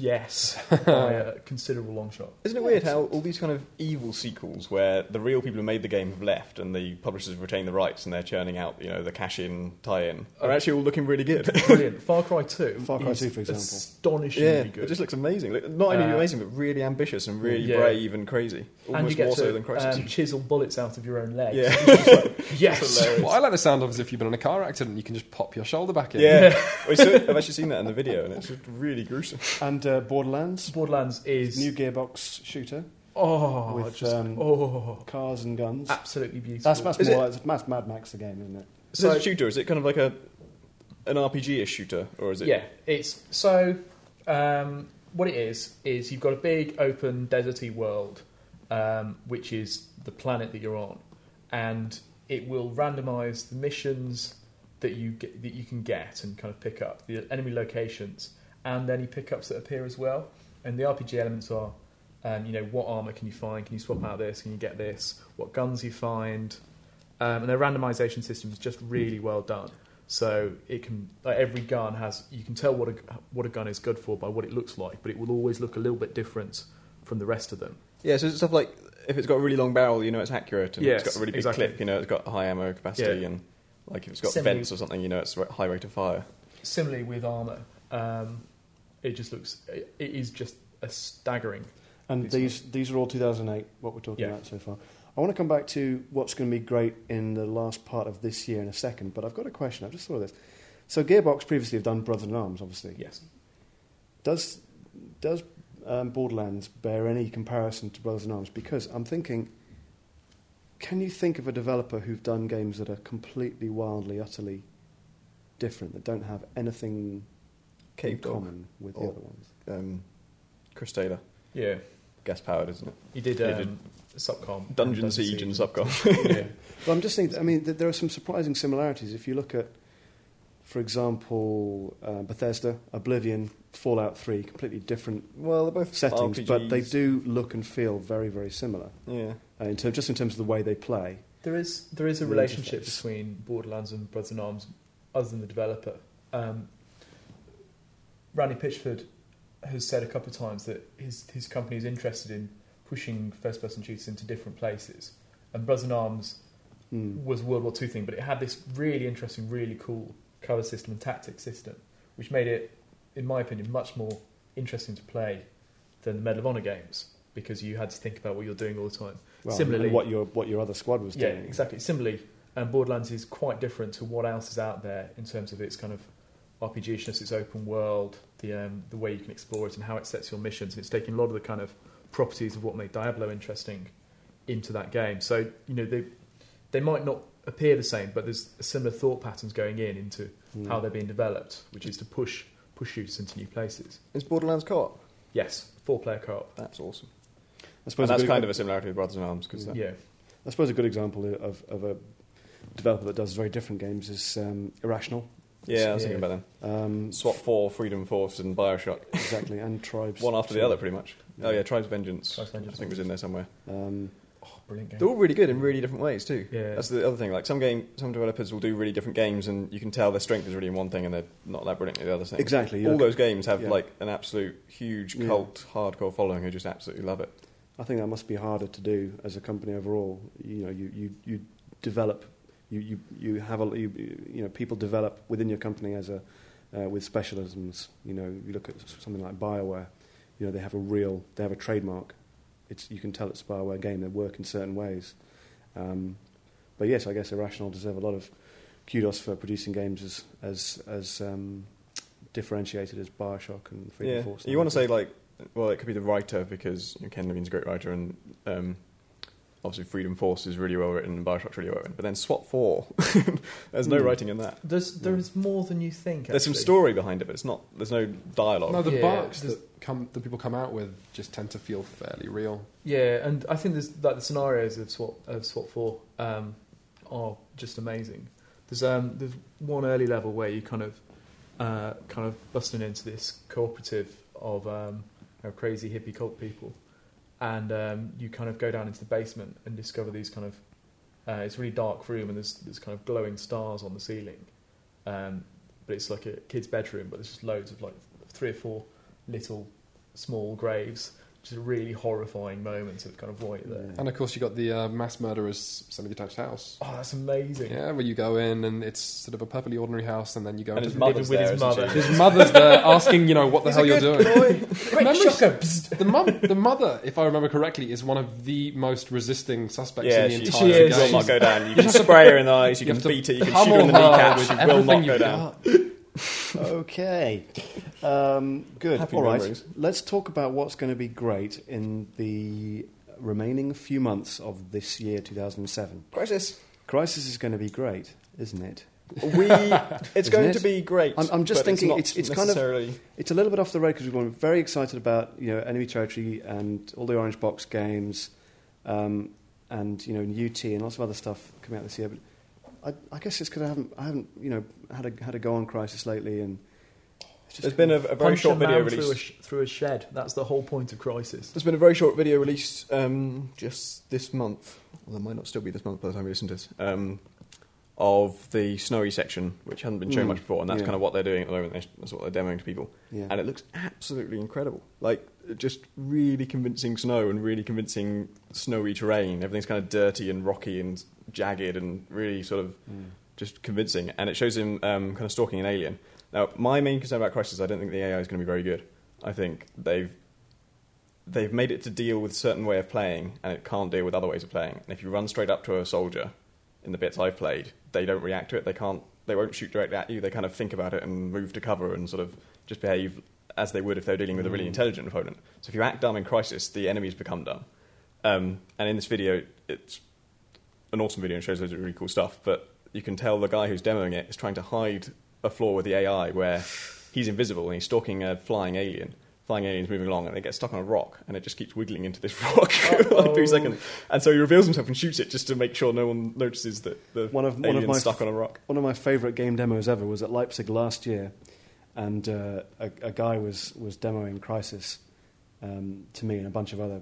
[SPEAKER 2] Yes, by a considerable long shot.
[SPEAKER 3] Isn't it weird how all these kind of evil sequels, where the real people who made the game have left and the publishers have retained the rights and they're churning out, you know, the cash-in tie-in,
[SPEAKER 2] Oh.
[SPEAKER 3] are actually all looking really good.
[SPEAKER 2] Brilliant. Far Cry Two.
[SPEAKER 1] Far Cry
[SPEAKER 2] is
[SPEAKER 1] 2, for example.
[SPEAKER 2] astonishingly
[SPEAKER 3] yeah,
[SPEAKER 2] good.
[SPEAKER 3] it just looks amazing. Look- Not only
[SPEAKER 2] Uh,
[SPEAKER 3] amazing, but really ambitious and really
[SPEAKER 2] Yeah.
[SPEAKER 3] brave and crazy. Almost
[SPEAKER 2] and you get
[SPEAKER 3] more
[SPEAKER 2] to
[SPEAKER 3] so than Crisis.
[SPEAKER 2] um, chisel bullets out of your own legs.
[SPEAKER 3] yeah,
[SPEAKER 2] Yes.
[SPEAKER 4] What I like the sound of is if you've been in a car accident, you can just pop your shoulder back in.
[SPEAKER 3] yeah. Well, so- I've actually seen that in the video, and it's just really gruesome.
[SPEAKER 1] And uh, Borderlands,
[SPEAKER 2] Borderlands is
[SPEAKER 1] new gearbox shooter,
[SPEAKER 2] oh,
[SPEAKER 1] with,
[SPEAKER 2] just,
[SPEAKER 1] um,
[SPEAKER 2] oh,
[SPEAKER 1] cars and guns.
[SPEAKER 2] absolutely beautiful.
[SPEAKER 1] That's, that's
[SPEAKER 3] Is
[SPEAKER 1] more like, that's Mad Max the game, isn't it?
[SPEAKER 2] So-
[SPEAKER 3] So, it's a shooter. Is it kind of like a an RPG-ish shooter, or is it?
[SPEAKER 2] yeah, it's so. Um, what it is is you've got a big open deserty world, um, which is the planet that you're on, and it will randomise the missions that you get, that you can get and kind of pick up the enemy locations and any pickups that appear as well. And the RPG elements are, um, you know, what armor can you find? Can you swap out this? Can you get this? What guns you find? Um, and their randomisation system is just really well done. So it can like every gun has you can tell what a what a gun is good for by what it looks like, but it will always look a little bit different from the rest of them.
[SPEAKER 3] Yeah, so it's stuff like if it's got a really long barrel, you know it's accurate, and
[SPEAKER 2] Yes,
[SPEAKER 3] it's got a really big
[SPEAKER 2] exactly.
[SPEAKER 3] clip, you know it's got high ammo capacity,
[SPEAKER 2] Yeah.
[SPEAKER 3] and like if it's got
[SPEAKER 2] Similarly-
[SPEAKER 3] vents or something, you know it's high rate of fire.
[SPEAKER 2] Similarly with armor, um, it just looks it, it is just a staggering.
[SPEAKER 1] And
[SPEAKER 2] These
[SPEAKER 1] these these are all 2008. What we're talking
[SPEAKER 2] Yeah.
[SPEAKER 1] about so far. I want to come back to what's going to be great in the last part of this year in a second. But I've got a question. I just thought of this. So Gearbox previously have done Brothers in Arms, obviously.
[SPEAKER 2] Yes,
[SPEAKER 1] Does does um, Borderlands bear any comparison to Brothers in Arms? Because I'm thinking, can you think of a developer who've done games that are completely, wildly, utterly different that don't have anything in
[SPEAKER 3] Cave Dog,
[SPEAKER 1] common with the
[SPEAKER 3] Or-
[SPEAKER 1] other ones?
[SPEAKER 3] um, Chris Taylor,
[SPEAKER 2] yeah,
[SPEAKER 3] gas powered, isn't it?
[SPEAKER 2] you did,
[SPEAKER 3] You
[SPEAKER 2] um,
[SPEAKER 3] did
[SPEAKER 2] subcom
[SPEAKER 3] Dungeon Siege and Subcom.
[SPEAKER 2] yeah.
[SPEAKER 1] But I'm just thinking, I mean, th- there are some surprising similarities. If you look at, for example, uh, Bethesda, Oblivion, Fallout 3, completely different
[SPEAKER 3] well, they're both
[SPEAKER 1] settings, but they
[SPEAKER 3] RPGs.
[SPEAKER 1] do look and feel very, very similar,
[SPEAKER 3] Yeah,
[SPEAKER 1] uh, in term, just in terms of the way they play.
[SPEAKER 2] There is there is a
[SPEAKER 1] The
[SPEAKER 2] relationship
[SPEAKER 1] interface.
[SPEAKER 2] between Borderlands and Brothers in Arms, other than the developer. Um, Randy Pitchford has said a couple of times that his his company is interested in pushing first person shooters into different places. And Brothers in Arms
[SPEAKER 1] Hmm.
[SPEAKER 2] was a World War II thing, but it had this really interesting, really cool cover system and tactic system, which made it, in my opinion, much more interesting to play than the Medal of Honor games because you had to think about what you're doing all the time.
[SPEAKER 1] Well,
[SPEAKER 2] Similarly-
[SPEAKER 1] and what your what your other squad was
[SPEAKER 2] Yeah,
[SPEAKER 1] doing.
[SPEAKER 2] exactly. Similarly, um, Borderlands is quite different to what else is out there in terms of its kind of RPG-ishness, its open world, the um, the way you can explore it, and how it sets your missions. And it's taking a lot of the kind of properties of what made Diablo interesting into that game. So you know they they might not appear the same, but there's similar thought patterns going in into
[SPEAKER 1] Hmm.
[SPEAKER 2] how they're being developed, which is to push push shooters into new places.
[SPEAKER 3] it's Borderlands co-op.
[SPEAKER 2] Yes, four-player co-op.
[SPEAKER 3] That's awesome.
[SPEAKER 1] I suppose
[SPEAKER 3] And that's
[SPEAKER 1] a good,
[SPEAKER 3] kind of a similarity with Brothers in Arms uh, because that
[SPEAKER 2] Yeah,
[SPEAKER 1] I suppose a good example of, of a developer that does very different games is um, Irrational.
[SPEAKER 3] yeah, I was
[SPEAKER 2] Yeah.
[SPEAKER 3] thinking about
[SPEAKER 1] Um,
[SPEAKER 3] them. SWAT Four, Freedom Force, and Bioshock,
[SPEAKER 1] exactly, and Tribes.
[SPEAKER 3] one after the other, pretty much. Oh yeah, Tribes Vengeance.
[SPEAKER 2] Tribes Vengeance.
[SPEAKER 3] I think was in there somewhere.
[SPEAKER 1] Um,
[SPEAKER 2] oh, brilliant game.
[SPEAKER 3] They're all really good in really different ways too.
[SPEAKER 2] Yeah.
[SPEAKER 3] That's the other thing. Like some game, some developers will do really different games, and you can tell their strength is really in one thing, and they're not that brilliant at the other thing.
[SPEAKER 1] exactly. you
[SPEAKER 3] All
[SPEAKER 1] look-
[SPEAKER 3] those games have
[SPEAKER 1] yeah.
[SPEAKER 3] like an absolute huge
[SPEAKER 1] Yeah.
[SPEAKER 3] cult hardcore following who just absolutely love it.
[SPEAKER 1] I think that must be harder to do as a company overall. You know, you, you, you develop, you, you, you have a, you, you know, people develop within your company as a, uh, with specialisms. You know, you look at s- something like Bioware, you know, they have a real, they have a trademark. It's, you can tell it's a Bioware game, they work in certain ways. Um, but yes, I guess Irrational deserve a lot of kudos for producing games as, as, as um, differentiated as Bioshock and Freedom
[SPEAKER 3] yeah.
[SPEAKER 1] Force.
[SPEAKER 3] You want to say like, well, it could be the writer because you know, Ken Levine's a great writer, and um, Obviously, Freedom Force is really well written and Bioshock's really well written. But then SWAT 4, there's no
[SPEAKER 1] Hmm.
[SPEAKER 3] writing in that.
[SPEAKER 2] There's there's more than you think.
[SPEAKER 3] There's some
[SPEAKER 2] actually.
[SPEAKER 3] story behind it, but it's not. there's no dialogue.
[SPEAKER 4] No, the
[SPEAKER 2] Yeah,
[SPEAKER 4] barks
[SPEAKER 2] there's-
[SPEAKER 4] that come that people come out with just tend to feel fairly real.
[SPEAKER 2] Yeah, and I think there's like the scenarios of SWAT of SWAT four um, are just amazing. There's um, there's one early level where you kind of uh, kind of busting into this cooperative of um, you know, crazy hippie cult people, and um, you kind of go down into the basement and discover these kind of uh, it's a really dark room and there's there's kind of glowing stars on the ceiling, um, but it's like a kid's bedroom, but there's just loads of like three or four little small graves just really horrifying moments of kind of void there.
[SPEAKER 1] Yeah.
[SPEAKER 4] And of course, you got the uh, mass murderer's semi-detached house.
[SPEAKER 2] Oh, that's amazing.
[SPEAKER 4] Yeah, where you go in and it's sort of a perfectly ordinary house, and then you go
[SPEAKER 3] And
[SPEAKER 4] into
[SPEAKER 3] his
[SPEAKER 4] the-
[SPEAKER 3] mother's
[SPEAKER 2] with
[SPEAKER 3] there,
[SPEAKER 2] his
[SPEAKER 3] isn't
[SPEAKER 2] mother.
[SPEAKER 3] she?
[SPEAKER 4] his mother's there asking, you know, what the hell you're doing.
[SPEAKER 2] Great
[SPEAKER 4] Memories-
[SPEAKER 2] shocker. Psst.
[SPEAKER 4] The mum, the mother, if I remember correctly, is one of the most resisting suspects
[SPEAKER 3] Yeah,
[SPEAKER 4] in the
[SPEAKER 3] she,
[SPEAKER 4] entire
[SPEAKER 2] she
[SPEAKER 3] she
[SPEAKER 2] is.
[SPEAKER 4] game.
[SPEAKER 3] will not go down. You
[SPEAKER 4] You
[SPEAKER 3] can
[SPEAKER 4] have to-
[SPEAKER 3] spray her in the eyes, you,
[SPEAKER 4] you
[SPEAKER 3] can
[SPEAKER 4] have to
[SPEAKER 3] beat her, you can shoot
[SPEAKER 4] pummel
[SPEAKER 3] her in the
[SPEAKER 4] her
[SPEAKER 3] kneecap,
[SPEAKER 4] with
[SPEAKER 3] she will
[SPEAKER 4] everything
[SPEAKER 3] not go
[SPEAKER 4] you've
[SPEAKER 3] down.
[SPEAKER 4] got.
[SPEAKER 1] okay. Um, good.
[SPEAKER 3] Happy
[SPEAKER 1] All right.
[SPEAKER 3] memories.
[SPEAKER 1] Let's talk about what's going to be great in the remaining few months of this year, 2007.
[SPEAKER 3] Crisis.
[SPEAKER 1] Crisis is going to be great, isn't it?
[SPEAKER 3] We, it's
[SPEAKER 1] Isn't
[SPEAKER 3] going
[SPEAKER 1] it?
[SPEAKER 3] to be great.
[SPEAKER 1] I'm- I'm just
[SPEAKER 3] but
[SPEAKER 1] thinking
[SPEAKER 3] not
[SPEAKER 1] it's- it's kind of-
[SPEAKER 3] necessarily-
[SPEAKER 1] It's a little bit off the road because we're very excited about you know enemy territory and all the Orange Box games, um, and you know UT and lots of other stuff coming out this year. But I, I guess it's because I haven't I haven't you know had a had a go on Crisis lately, and it's just
[SPEAKER 3] There's been a, a very
[SPEAKER 2] Punch
[SPEAKER 3] short
[SPEAKER 2] man
[SPEAKER 3] video
[SPEAKER 2] through a,
[SPEAKER 3] released.
[SPEAKER 2] sh- through a shed. That's the whole point of Crisis.
[SPEAKER 3] There's been a very short video released um, just this month. Well, it might not still be this month by the time we listen to this. Um, of the snowy section, which hadn't been shown
[SPEAKER 1] Mm,
[SPEAKER 3] much before, and that's
[SPEAKER 1] yeah.
[SPEAKER 3] kind of what they're doing at the moment. They- That's what they're demoing to people,
[SPEAKER 1] yeah.
[SPEAKER 3] and it looks absolutely incredible. Like just really convincing snow and really convincing snowy terrain. Everything's kind of dirty and rocky and jagged and really sort of
[SPEAKER 1] Mm.
[SPEAKER 3] just convincing, and it shows him um, kind of stalking an alien. Now, my main concern about Crisis, I don't think the AI is going to be very good. I think they've they've made it to deal with a certain way of playing, and it can't deal with other ways of playing. And if you run straight up to a soldier, in the bits I've played, they don't react to it. They can't. They won't shoot directly at you. They kind of think about it and move to cover and sort of just behave as they would if they were dealing with a really
[SPEAKER 1] Mm.
[SPEAKER 3] intelligent opponent. So if you act dumb in Crisis, the enemies become dumb. Um, and in this video, it's an awesome video and shows loads of really cool stuff. But you can tell the guy who's demoing it is trying to hide a flaw with the AI where he's invisible and he's stalking a flying alien. Flying alien's moving along and they get stuck on a rock and it just keeps wiggling into this rock for
[SPEAKER 2] Uh-oh.
[SPEAKER 3] three seconds. And so he reveals himself and shoots it just to make sure no one notices that the
[SPEAKER 1] One of- one of
[SPEAKER 3] alien's
[SPEAKER 1] my-
[SPEAKER 3] stuck on a rock.
[SPEAKER 1] One of my favourite game demos ever was at Leipzig last year, and uh, a, a guy was, was demoing Crisis um, to me and a bunch of other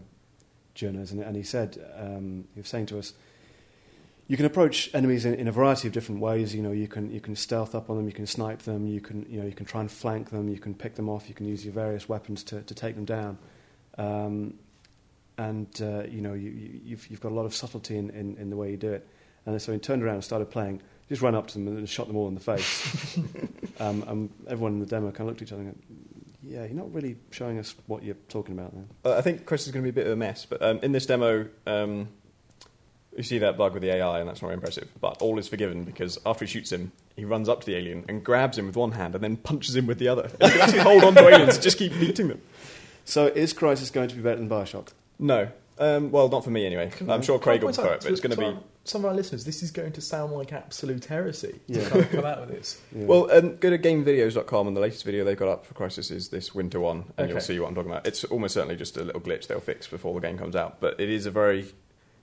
[SPEAKER 1] journalists, and, and he said um, he was saying to us, "You can approach enemies in, in a variety of different ways. You know, you can you can stealth up on them, you can snipe them, you can you know you can try and flank them, you can pick them off, you can use your various weapons to, to take them down." Um, and uh, you know you, you, you've, you've got a lot of subtlety in, in, in the way you do it. And so he turned around and started playing. Just ran up to them and shot them all in the face. um, and everyone in the demo kind of looked at each other and went, "Yeah, you're not really showing us what you're talking about." Then
[SPEAKER 3] Uh, I think Chris is going to be a bit of a mess, but um, in this demo, um, you see that bug with the AI, and that's not very impressive. But all is forgiven because after he shoots him, he runs up to the alien and grabs him with one hand and then punches him with the other. And you can actually hold on to aliens and just keep beating them.
[SPEAKER 1] so is Crisis going to be better than Bioshock?
[SPEAKER 3] No. Um, well, not for me anyway. I'm sure Craig will
[SPEAKER 2] Can't
[SPEAKER 3] prefer
[SPEAKER 2] point
[SPEAKER 3] it,
[SPEAKER 2] out
[SPEAKER 3] but it's going to be.
[SPEAKER 2] our- some of our listeners. This is going to sound like absolute heresy.
[SPEAKER 1] Yeah.
[SPEAKER 2] To kind of come out with this.
[SPEAKER 1] Yeah.
[SPEAKER 3] Well, um, go to gamevideos.com, and the latest video they've got up for Crisis is this winter one, and you'll
[SPEAKER 2] Okay.
[SPEAKER 3] see what I'm talking about. It's almost certainly just a little glitch they'll fix before the game comes out, but it is a very.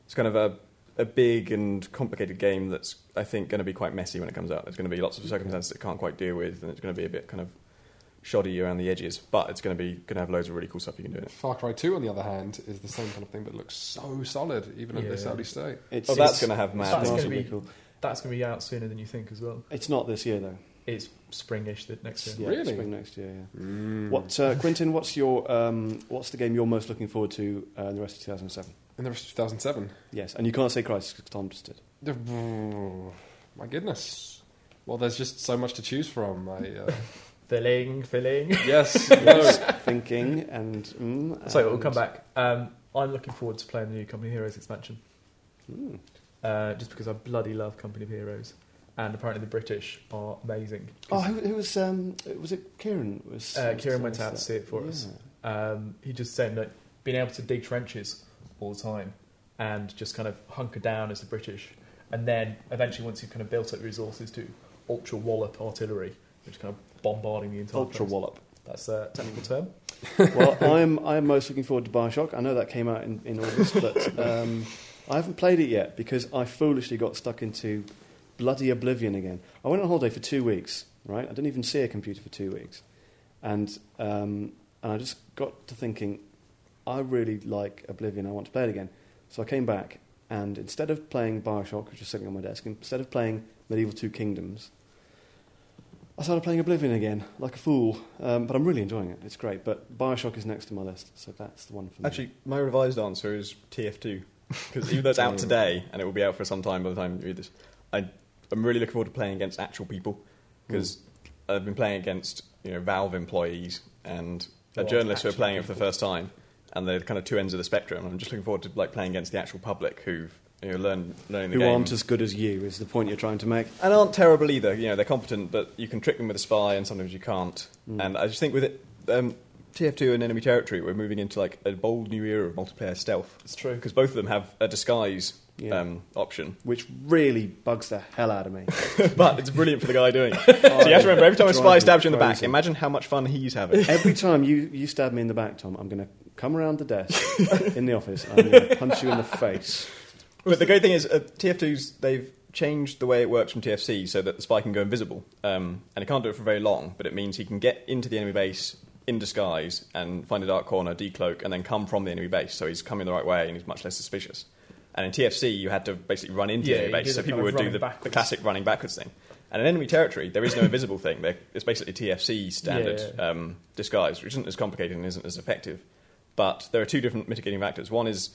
[SPEAKER 3] It's kind of a, a big and complicated game that's, I think, going to be quite messy when it comes out. There's going to be lots of circumstances it can't quite deal with, and it's going to be a bit kind of shoddy around the edges, but it's going to be going to have loads of really cool stuff you can do in it.
[SPEAKER 4] Far Cry Two, on the other hand, is the same kind of thing, but looks so solid, even at this
[SPEAKER 2] Yeah.
[SPEAKER 4] early state.
[SPEAKER 1] it's,
[SPEAKER 3] Oh, that's going to have
[SPEAKER 2] That's
[SPEAKER 3] mad.
[SPEAKER 2] gonna
[SPEAKER 1] remarkably
[SPEAKER 2] be-
[SPEAKER 1] cool.
[SPEAKER 2] That's going to be out sooner than you think as well.
[SPEAKER 1] It's not this year though.
[SPEAKER 2] It's springish that next year.
[SPEAKER 1] Yeah,
[SPEAKER 4] Really?
[SPEAKER 1] spring next year. Yeah.
[SPEAKER 3] Hmm. Mm.
[SPEAKER 1] What, uh, Quentin? What's your um, what's the game you're most looking forward to uh, in the rest of 2007?
[SPEAKER 4] In the rest of 2007.
[SPEAKER 1] Yes, and you can't say Crisis because Tom just did.
[SPEAKER 4] My goodness. Well, there's just so much to choose from. I, uh,
[SPEAKER 2] Filling, filling.
[SPEAKER 4] yes,
[SPEAKER 1] Yes, thinking and mm,
[SPEAKER 2] So we'll
[SPEAKER 1] and-
[SPEAKER 2] come back. Um, I'm looking forward to playing the new Company of Heroes expansion.
[SPEAKER 1] Mm.
[SPEAKER 2] uh, just because I bloody love Company of Heroes, and apparently the British are amazing.
[SPEAKER 1] Oh, who, who was um, was it? Kieran was.
[SPEAKER 2] Uh,
[SPEAKER 1] was-
[SPEAKER 2] Kieran went
[SPEAKER 1] was
[SPEAKER 2] out
[SPEAKER 1] that?
[SPEAKER 2] to see it for us.
[SPEAKER 1] Yeah.
[SPEAKER 2] Um, he just said that being able to dig trenches all the time and just kind of hunker down as the British. And then eventually, once you've kind of built up your resources to ultra wallop artillery, which is kind of bombarding the entire
[SPEAKER 3] Ultra
[SPEAKER 2] place.
[SPEAKER 3] wallop.
[SPEAKER 2] That's a technical term.
[SPEAKER 1] well, I'm I'm most looking forward to Bioshock. I know that came out in, in August, but um, I haven't played it yet because I foolishly got stuck into bloody Oblivion again. I went on holiday for two weeks, right? I didn't even see a computer for two weeks, and um, and I just got to thinking, I really like Oblivion. I want to play it again. So I came back, and instead of playing Bioshock, which is sitting on my desk, instead of playing Medieval Two Kingdoms, I started playing Oblivion again, like a fool. Um, but I'm really enjoying it. It's great. But Bioshock is next to my list, so that's the one for me.
[SPEAKER 3] Actually, my revised answer is TF2 because even though it's out today and it will be out for some time by the time you read this, I, I'm really looking forward to playing against actual people because
[SPEAKER 1] Hmm.
[SPEAKER 3] I've been playing against you know Valve employees and
[SPEAKER 1] Oh,
[SPEAKER 2] Well,
[SPEAKER 3] a journalist who are
[SPEAKER 2] actual
[SPEAKER 3] playing it for the first time, and they're kind of two ends of the spectrum. I'm just looking forward to like playing against the actual public who've you know learned learning the
[SPEAKER 1] who
[SPEAKER 3] game
[SPEAKER 1] aren't as good as you is the point you're trying to make.
[SPEAKER 3] and aren't terrible either. You know, they're competent, but you can trick them with a spy, and sometimes you can't.
[SPEAKER 1] Hmm.
[SPEAKER 3] And I just think with it, um, TF2 and Enemy Territory, we're moving into like a bold new era of multiplayer stealth
[SPEAKER 2] It's true.
[SPEAKER 3] because both of them have a disguise
[SPEAKER 1] Yeah.
[SPEAKER 3] um, option,
[SPEAKER 1] Which really bugs the hell out of me.
[SPEAKER 3] but it's brilliant for the guy doing. it.
[SPEAKER 2] Oh,
[SPEAKER 3] so you have to remember every time a
[SPEAKER 1] Drives
[SPEAKER 3] spy
[SPEAKER 1] me
[SPEAKER 3] stabs you in the back,
[SPEAKER 1] crazy.
[SPEAKER 3] imagine how much fun he's having.
[SPEAKER 1] Every time you, you stab me in the back, Tom, I'm going to come around the desk in the office and I'm going to punch you in the face.
[SPEAKER 3] But the great thing is, uh, TF2's they've changed the way it works from TFC so that the spy can go invisible, um, and he can't do it for very long. But it means he can get into the enemy base in disguise and find a dark corner, decloak, and then come from the enemy base. So he's coming the right way, and he's much less suspicious. And in TFC, you had to basically run into
[SPEAKER 2] Yeah,
[SPEAKER 3] the
[SPEAKER 2] you
[SPEAKER 3] enemy
[SPEAKER 2] did
[SPEAKER 3] base, so
[SPEAKER 2] the kind
[SPEAKER 3] people
[SPEAKER 2] of
[SPEAKER 3] would do
[SPEAKER 2] running
[SPEAKER 3] the, the
[SPEAKER 2] backwards.
[SPEAKER 3] classic running backwards thing. And in enemy territory, there is no invisible thing. There, it's basically TFC standard
[SPEAKER 2] Yeah, yeah,
[SPEAKER 3] um, disguise, which isn't as complicated and isn't as effective. But there are two different mitigating factors. One is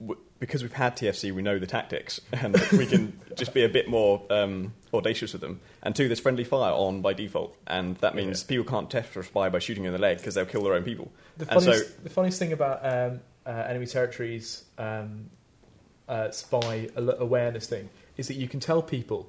[SPEAKER 3] w- because we've had TFC, we know the tactics, and we can just be a bit more um, audacious with them. And two, there's friendly fire on by default, and that means people can't test or spy by shooting you in the leg because they'll kill their own people.
[SPEAKER 2] The
[SPEAKER 3] and
[SPEAKER 2] funniest, the funniest thing about um, uh, enemy territories um, uh, spy al- awareness thing is that you can tell people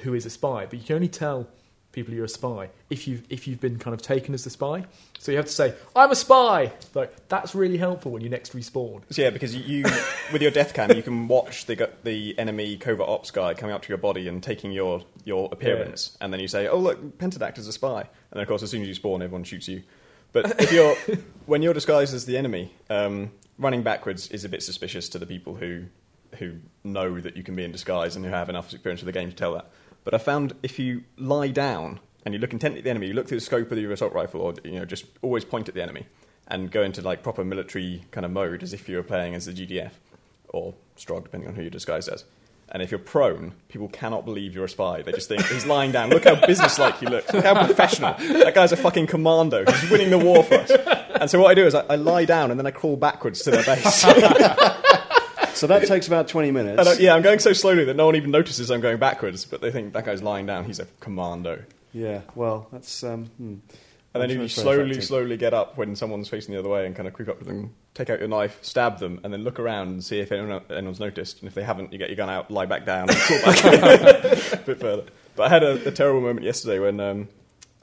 [SPEAKER 2] who is a spy, but you can only tell people you're a spy if you've if you've been kind of taken as the spy. So you have to say, "I'm a spy." Like that's really helpful when you next respawn.
[SPEAKER 3] So yeah, because you, you with your death cam, you can watch the gu- the enemy covert ops guy coming up to your body and taking your your appearance, and then you say, "Oh look, Pentadact is a spy," and then of course as soon as you spawn, everyone shoots you. But if you're when you're disguised as the enemy, um, running backwards is a bit suspicious to the people who who know that you can be in disguise and who have enough experience with the game to tell that. But I found if you lie down and you look intently at the enemy, you look through the scope of your assault rifle, or you know just always point at the enemy and go into like proper military kind of mode as if you were playing as the GDF or Strog, depending on who you're disguised as. And if you're prone, people cannot believe you're a spy. They just think he's lying down. Look how businesslike he looks. Look how professional. That guy's a fucking commando. He's winning the war for us. And so what I do is I, I lie down and then I crawl backwards to their base.
[SPEAKER 1] So that takes about 20 minutes.
[SPEAKER 3] And I- yeah, I'm going so slowly that no one even notices I'm going backwards. But they think that guy's lying down. He's a commando.
[SPEAKER 1] Yeah, well, that's. Um, hmm.
[SPEAKER 3] And
[SPEAKER 1] I'm
[SPEAKER 3] then
[SPEAKER 1] sure
[SPEAKER 3] you
[SPEAKER 1] it's very
[SPEAKER 3] slowly,
[SPEAKER 1] effective.
[SPEAKER 3] slowly get up when someone's facing the other way and kind of creep up to them, take out your knife, stab them, and then look around and see if anyone, anyone's noticed. And if they haven't, you get your gun out, lie back down, and crawl back a bit further. But I had a, a terrible moment yesterday when um,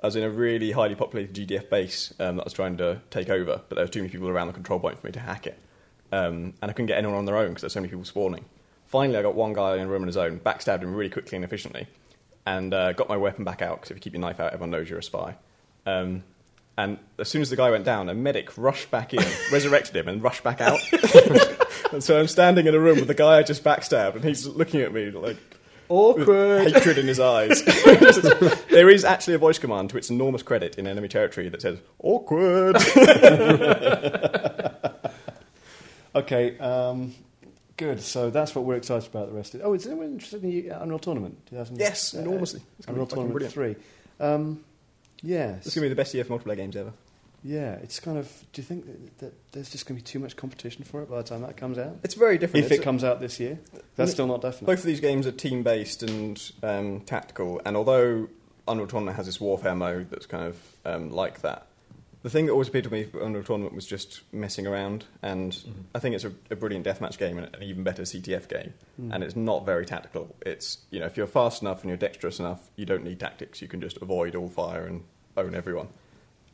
[SPEAKER 3] I was in a really highly populated GDF base um, that I was trying to take over, but there were too many people around the control point for me to hack it. Um, and I couldn't get anyone on their own because there were so many people spawning. Finally, I got one guy in a room on his own, backstabbed him really quickly and efficiently, and uh, got my weapon back out because if you keep your knife out, everyone knows you're a spy. Um, and as soon as the guy went down, a medic rushed back in, resurrected him, and rushed back out. and so I'm standing in a room with the guy I just backstabbed, and he's looking at me like with hatred in his eyes. there is actually a voice command to its enormous credit in enemy territory that says awkward.
[SPEAKER 1] Okay, um, good. So that's what we're excited about. The rest. Of, oh, is anyone interested in the Unreal Tournament? 2000,
[SPEAKER 3] Yes,
[SPEAKER 1] uh,
[SPEAKER 3] enormously. It's gonna be
[SPEAKER 1] Unreal
[SPEAKER 3] fucking
[SPEAKER 1] Tournament three. Um, yes.
[SPEAKER 3] It's going to be the best year for multiplayer games ever.
[SPEAKER 1] yeah, it's kind of. Do you think that, that there's just going to be too much competition for it by the time that comes out?
[SPEAKER 3] It's very different.
[SPEAKER 1] If
[SPEAKER 3] It's
[SPEAKER 1] it comes out this year, that's
[SPEAKER 3] Mm.
[SPEAKER 1] still not definite.
[SPEAKER 3] Both of these games are team based and um, tactical, and although Unreal Tournament has this warfare mode that's kind of um, like that, the thing that always appealed to me for Unreal Tournament was just messing around, and
[SPEAKER 2] Mm-hmm.
[SPEAKER 3] I think it's a, a brilliant deathmatch game and an even better CTF game,
[SPEAKER 1] Mm.
[SPEAKER 3] and it's not very tactical. It's, you know, if you're fast enough and you're dexterous enough, you don't need tactics, you can just avoid all fire and own everyone.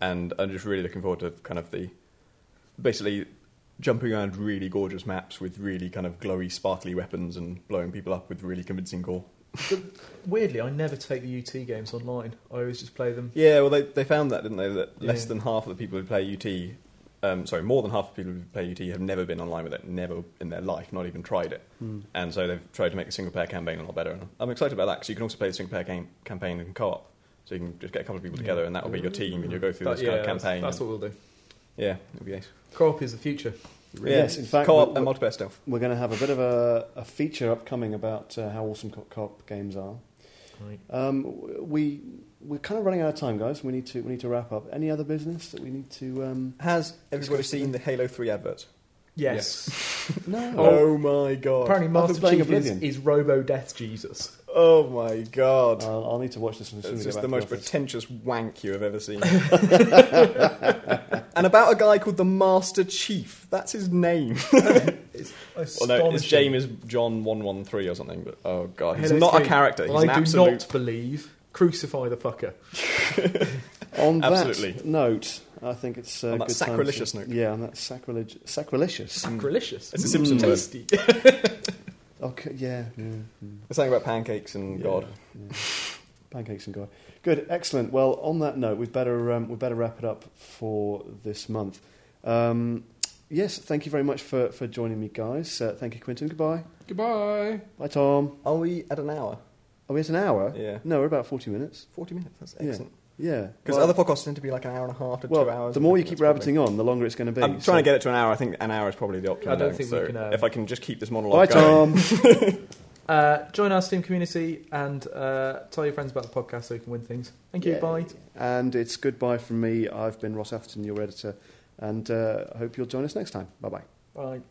[SPEAKER 3] And I'm just really looking forward to kind of the basically jumping around really gorgeous maps with really kind of glowy, sparkly weapons and blowing people up with really convincing gore.
[SPEAKER 2] Weirdly, I never take the UT games online. I always just play them.
[SPEAKER 3] Yeah, well, they, they found that, didn't they? That less
[SPEAKER 2] Yeah.
[SPEAKER 3] than half of the people who play UT, um, sorry, more than half of the people who play UT have never been online with it, never in their life, not even tried it.
[SPEAKER 1] Hmm.
[SPEAKER 3] And so they've tried to make the single player campaign a lot better. And I'm excited about that because you can also play the single player game, campaign in co op. So you can just get a couple of people
[SPEAKER 2] Yeah.
[SPEAKER 3] together and that will be your team and you'll go through
[SPEAKER 2] But
[SPEAKER 3] this
[SPEAKER 2] yeah,
[SPEAKER 3] kind of
[SPEAKER 2] that's-
[SPEAKER 3] campaign.
[SPEAKER 2] That's,
[SPEAKER 3] and-
[SPEAKER 2] what we'll do.
[SPEAKER 3] yeah, it'll be ace.
[SPEAKER 2] Co-op is the future.
[SPEAKER 1] Yes, in fact,
[SPEAKER 3] co
[SPEAKER 1] we-
[SPEAKER 3] op
[SPEAKER 1] we-
[SPEAKER 3] and multiplayer stealth.
[SPEAKER 1] We're going to have a bit of a, a feature upcoming about uh, how awesome co- co-op games are. Um, w- we we're kind of running out of time, guys. We need to we need to wrap up. Any other business that we need to? Um,
[SPEAKER 3] Has everybody
[SPEAKER 1] Disgusting.
[SPEAKER 3] seen the Halo 3 advert?
[SPEAKER 2] Yes.
[SPEAKER 1] no.
[SPEAKER 3] Oh, my god.
[SPEAKER 2] Apparently,
[SPEAKER 1] I've been
[SPEAKER 2] Master
[SPEAKER 1] playing
[SPEAKER 2] Chief is,
[SPEAKER 1] Oblivion.
[SPEAKER 2] is Robo Death Jesus.
[SPEAKER 3] Oh my god.
[SPEAKER 1] I'll, I'll need to watch this. As soon
[SPEAKER 3] It's
[SPEAKER 1] as I
[SPEAKER 3] just
[SPEAKER 1] get
[SPEAKER 3] the
[SPEAKER 1] back
[SPEAKER 3] most
[SPEAKER 1] to office.
[SPEAKER 3] pretentious wank you have ever seen. and about a guy called the Master Chief. That's his name.
[SPEAKER 2] It's
[SPEAKER 3] Well, no, his
[SPEAKER 2] astonishing.
[SPEAKER 3] name is John One One Three or something. But oh god, he's
[SPEAKER 2] Halo
[SPEAKER 3] not a
[SPEAKER 2] 3.
[SPEAKER 3] character. He's
[SPEAKER 2] I
[SPEAKER 3] an
[SPEAKER 2] do
[SPEAKER 3] absolute. Mm.
[SPEAKER 2] not believe. Crucify the fucker.
[SPEAKER 1] On that
[SPEAKER 3] Absolutely.
[SPEAKER 1] note, I think it's uh,
[SPEAKER 3] On that
[SPEAKER 1] good time to-
[SPEAKER 3] sacrilegious note.
[SPEAKER 1] Yeah, on that sacrilege, sacrilegious.
[SPEAKER 2] Sacrilicious.
[SPEAKER 3] It's a Simpson
[SPEAKER 2] Mm.
[SPEAKER 3] word.
[SPEAKER 2] Tasty.
[SPEAKER 1] Okay, yeah, yeah, mm,
[SPEAKER 3] It's something about pancakes and
[SPEAKER 1] yeah,
[SPEAKER 3] God.
[SPEAKER 1] yeah. Pancakes and God. Good, excellent. Well, on that note, we'd better um, we'd better wrap it up for this month. Um, yes, thank you very much for, for joining me, guys. Uh, thank you, Quinton. Goodbye.
[SPEAKER 4] Goodbye.
[SPEAKER 1] Bye, Tom.
[SPEAKER 3] Are we at an hour?
[SPEAKER 1] Are we at an hour?
[SPEAKER 3] Yeah,
[SPEAKER 1] No, we're about 40 minutes.
[SPEAKER 3] forty minutes. That's
[SPEAKER 1] Yeah.
[SPEAKER 3] excellent.
[SPEAKER 1] Yeah.
[SPEAKER 3] Because
[SPEAKER 1] Well-
[SPEAKER 3] other podcasts tend to be like an hour and a half to
[SPEAKER 1] well,
[SPEAKER 3] two hours.
[SPEAKER 1] the
[SPEAKER 3] I
[SPEAKER 1] more you
[SPEAKER 3] think
[SPEAKER 1] keep
[SPEAKER 3] that's probably-
[SPEAKER 1] rabbiting on, the longer it's going to be.
[SPEAKER 3] I'm trying to get it to an hour. I think an hour is probably the optimum.
[SPEAKER 2] I don't
[SPEAKER 3] length,
[SPEAKER 2] think we
[SPEAKER 3] so
[SPEAKER 2] can, uh,
[SPEAKER 3] If I can just keep this monologue
[SPEAKER 1] Bye,
[SPEAKER 3] going.
[SPEAKER 1] Tom.
[SPEAKER 2] Uh, join our Steam community and uh, tell your friends about the podcast so you can win things. Thank you.
[SPEAKER 1] Yeah.
[SPEAKER 2] Bye.
[SPEAKER 1] and it's goodbye from me. I've been Ross Atherton, your editor, and uh, I hope you'll join us next time. Bye bye.
[SPEAKER 2] Bye.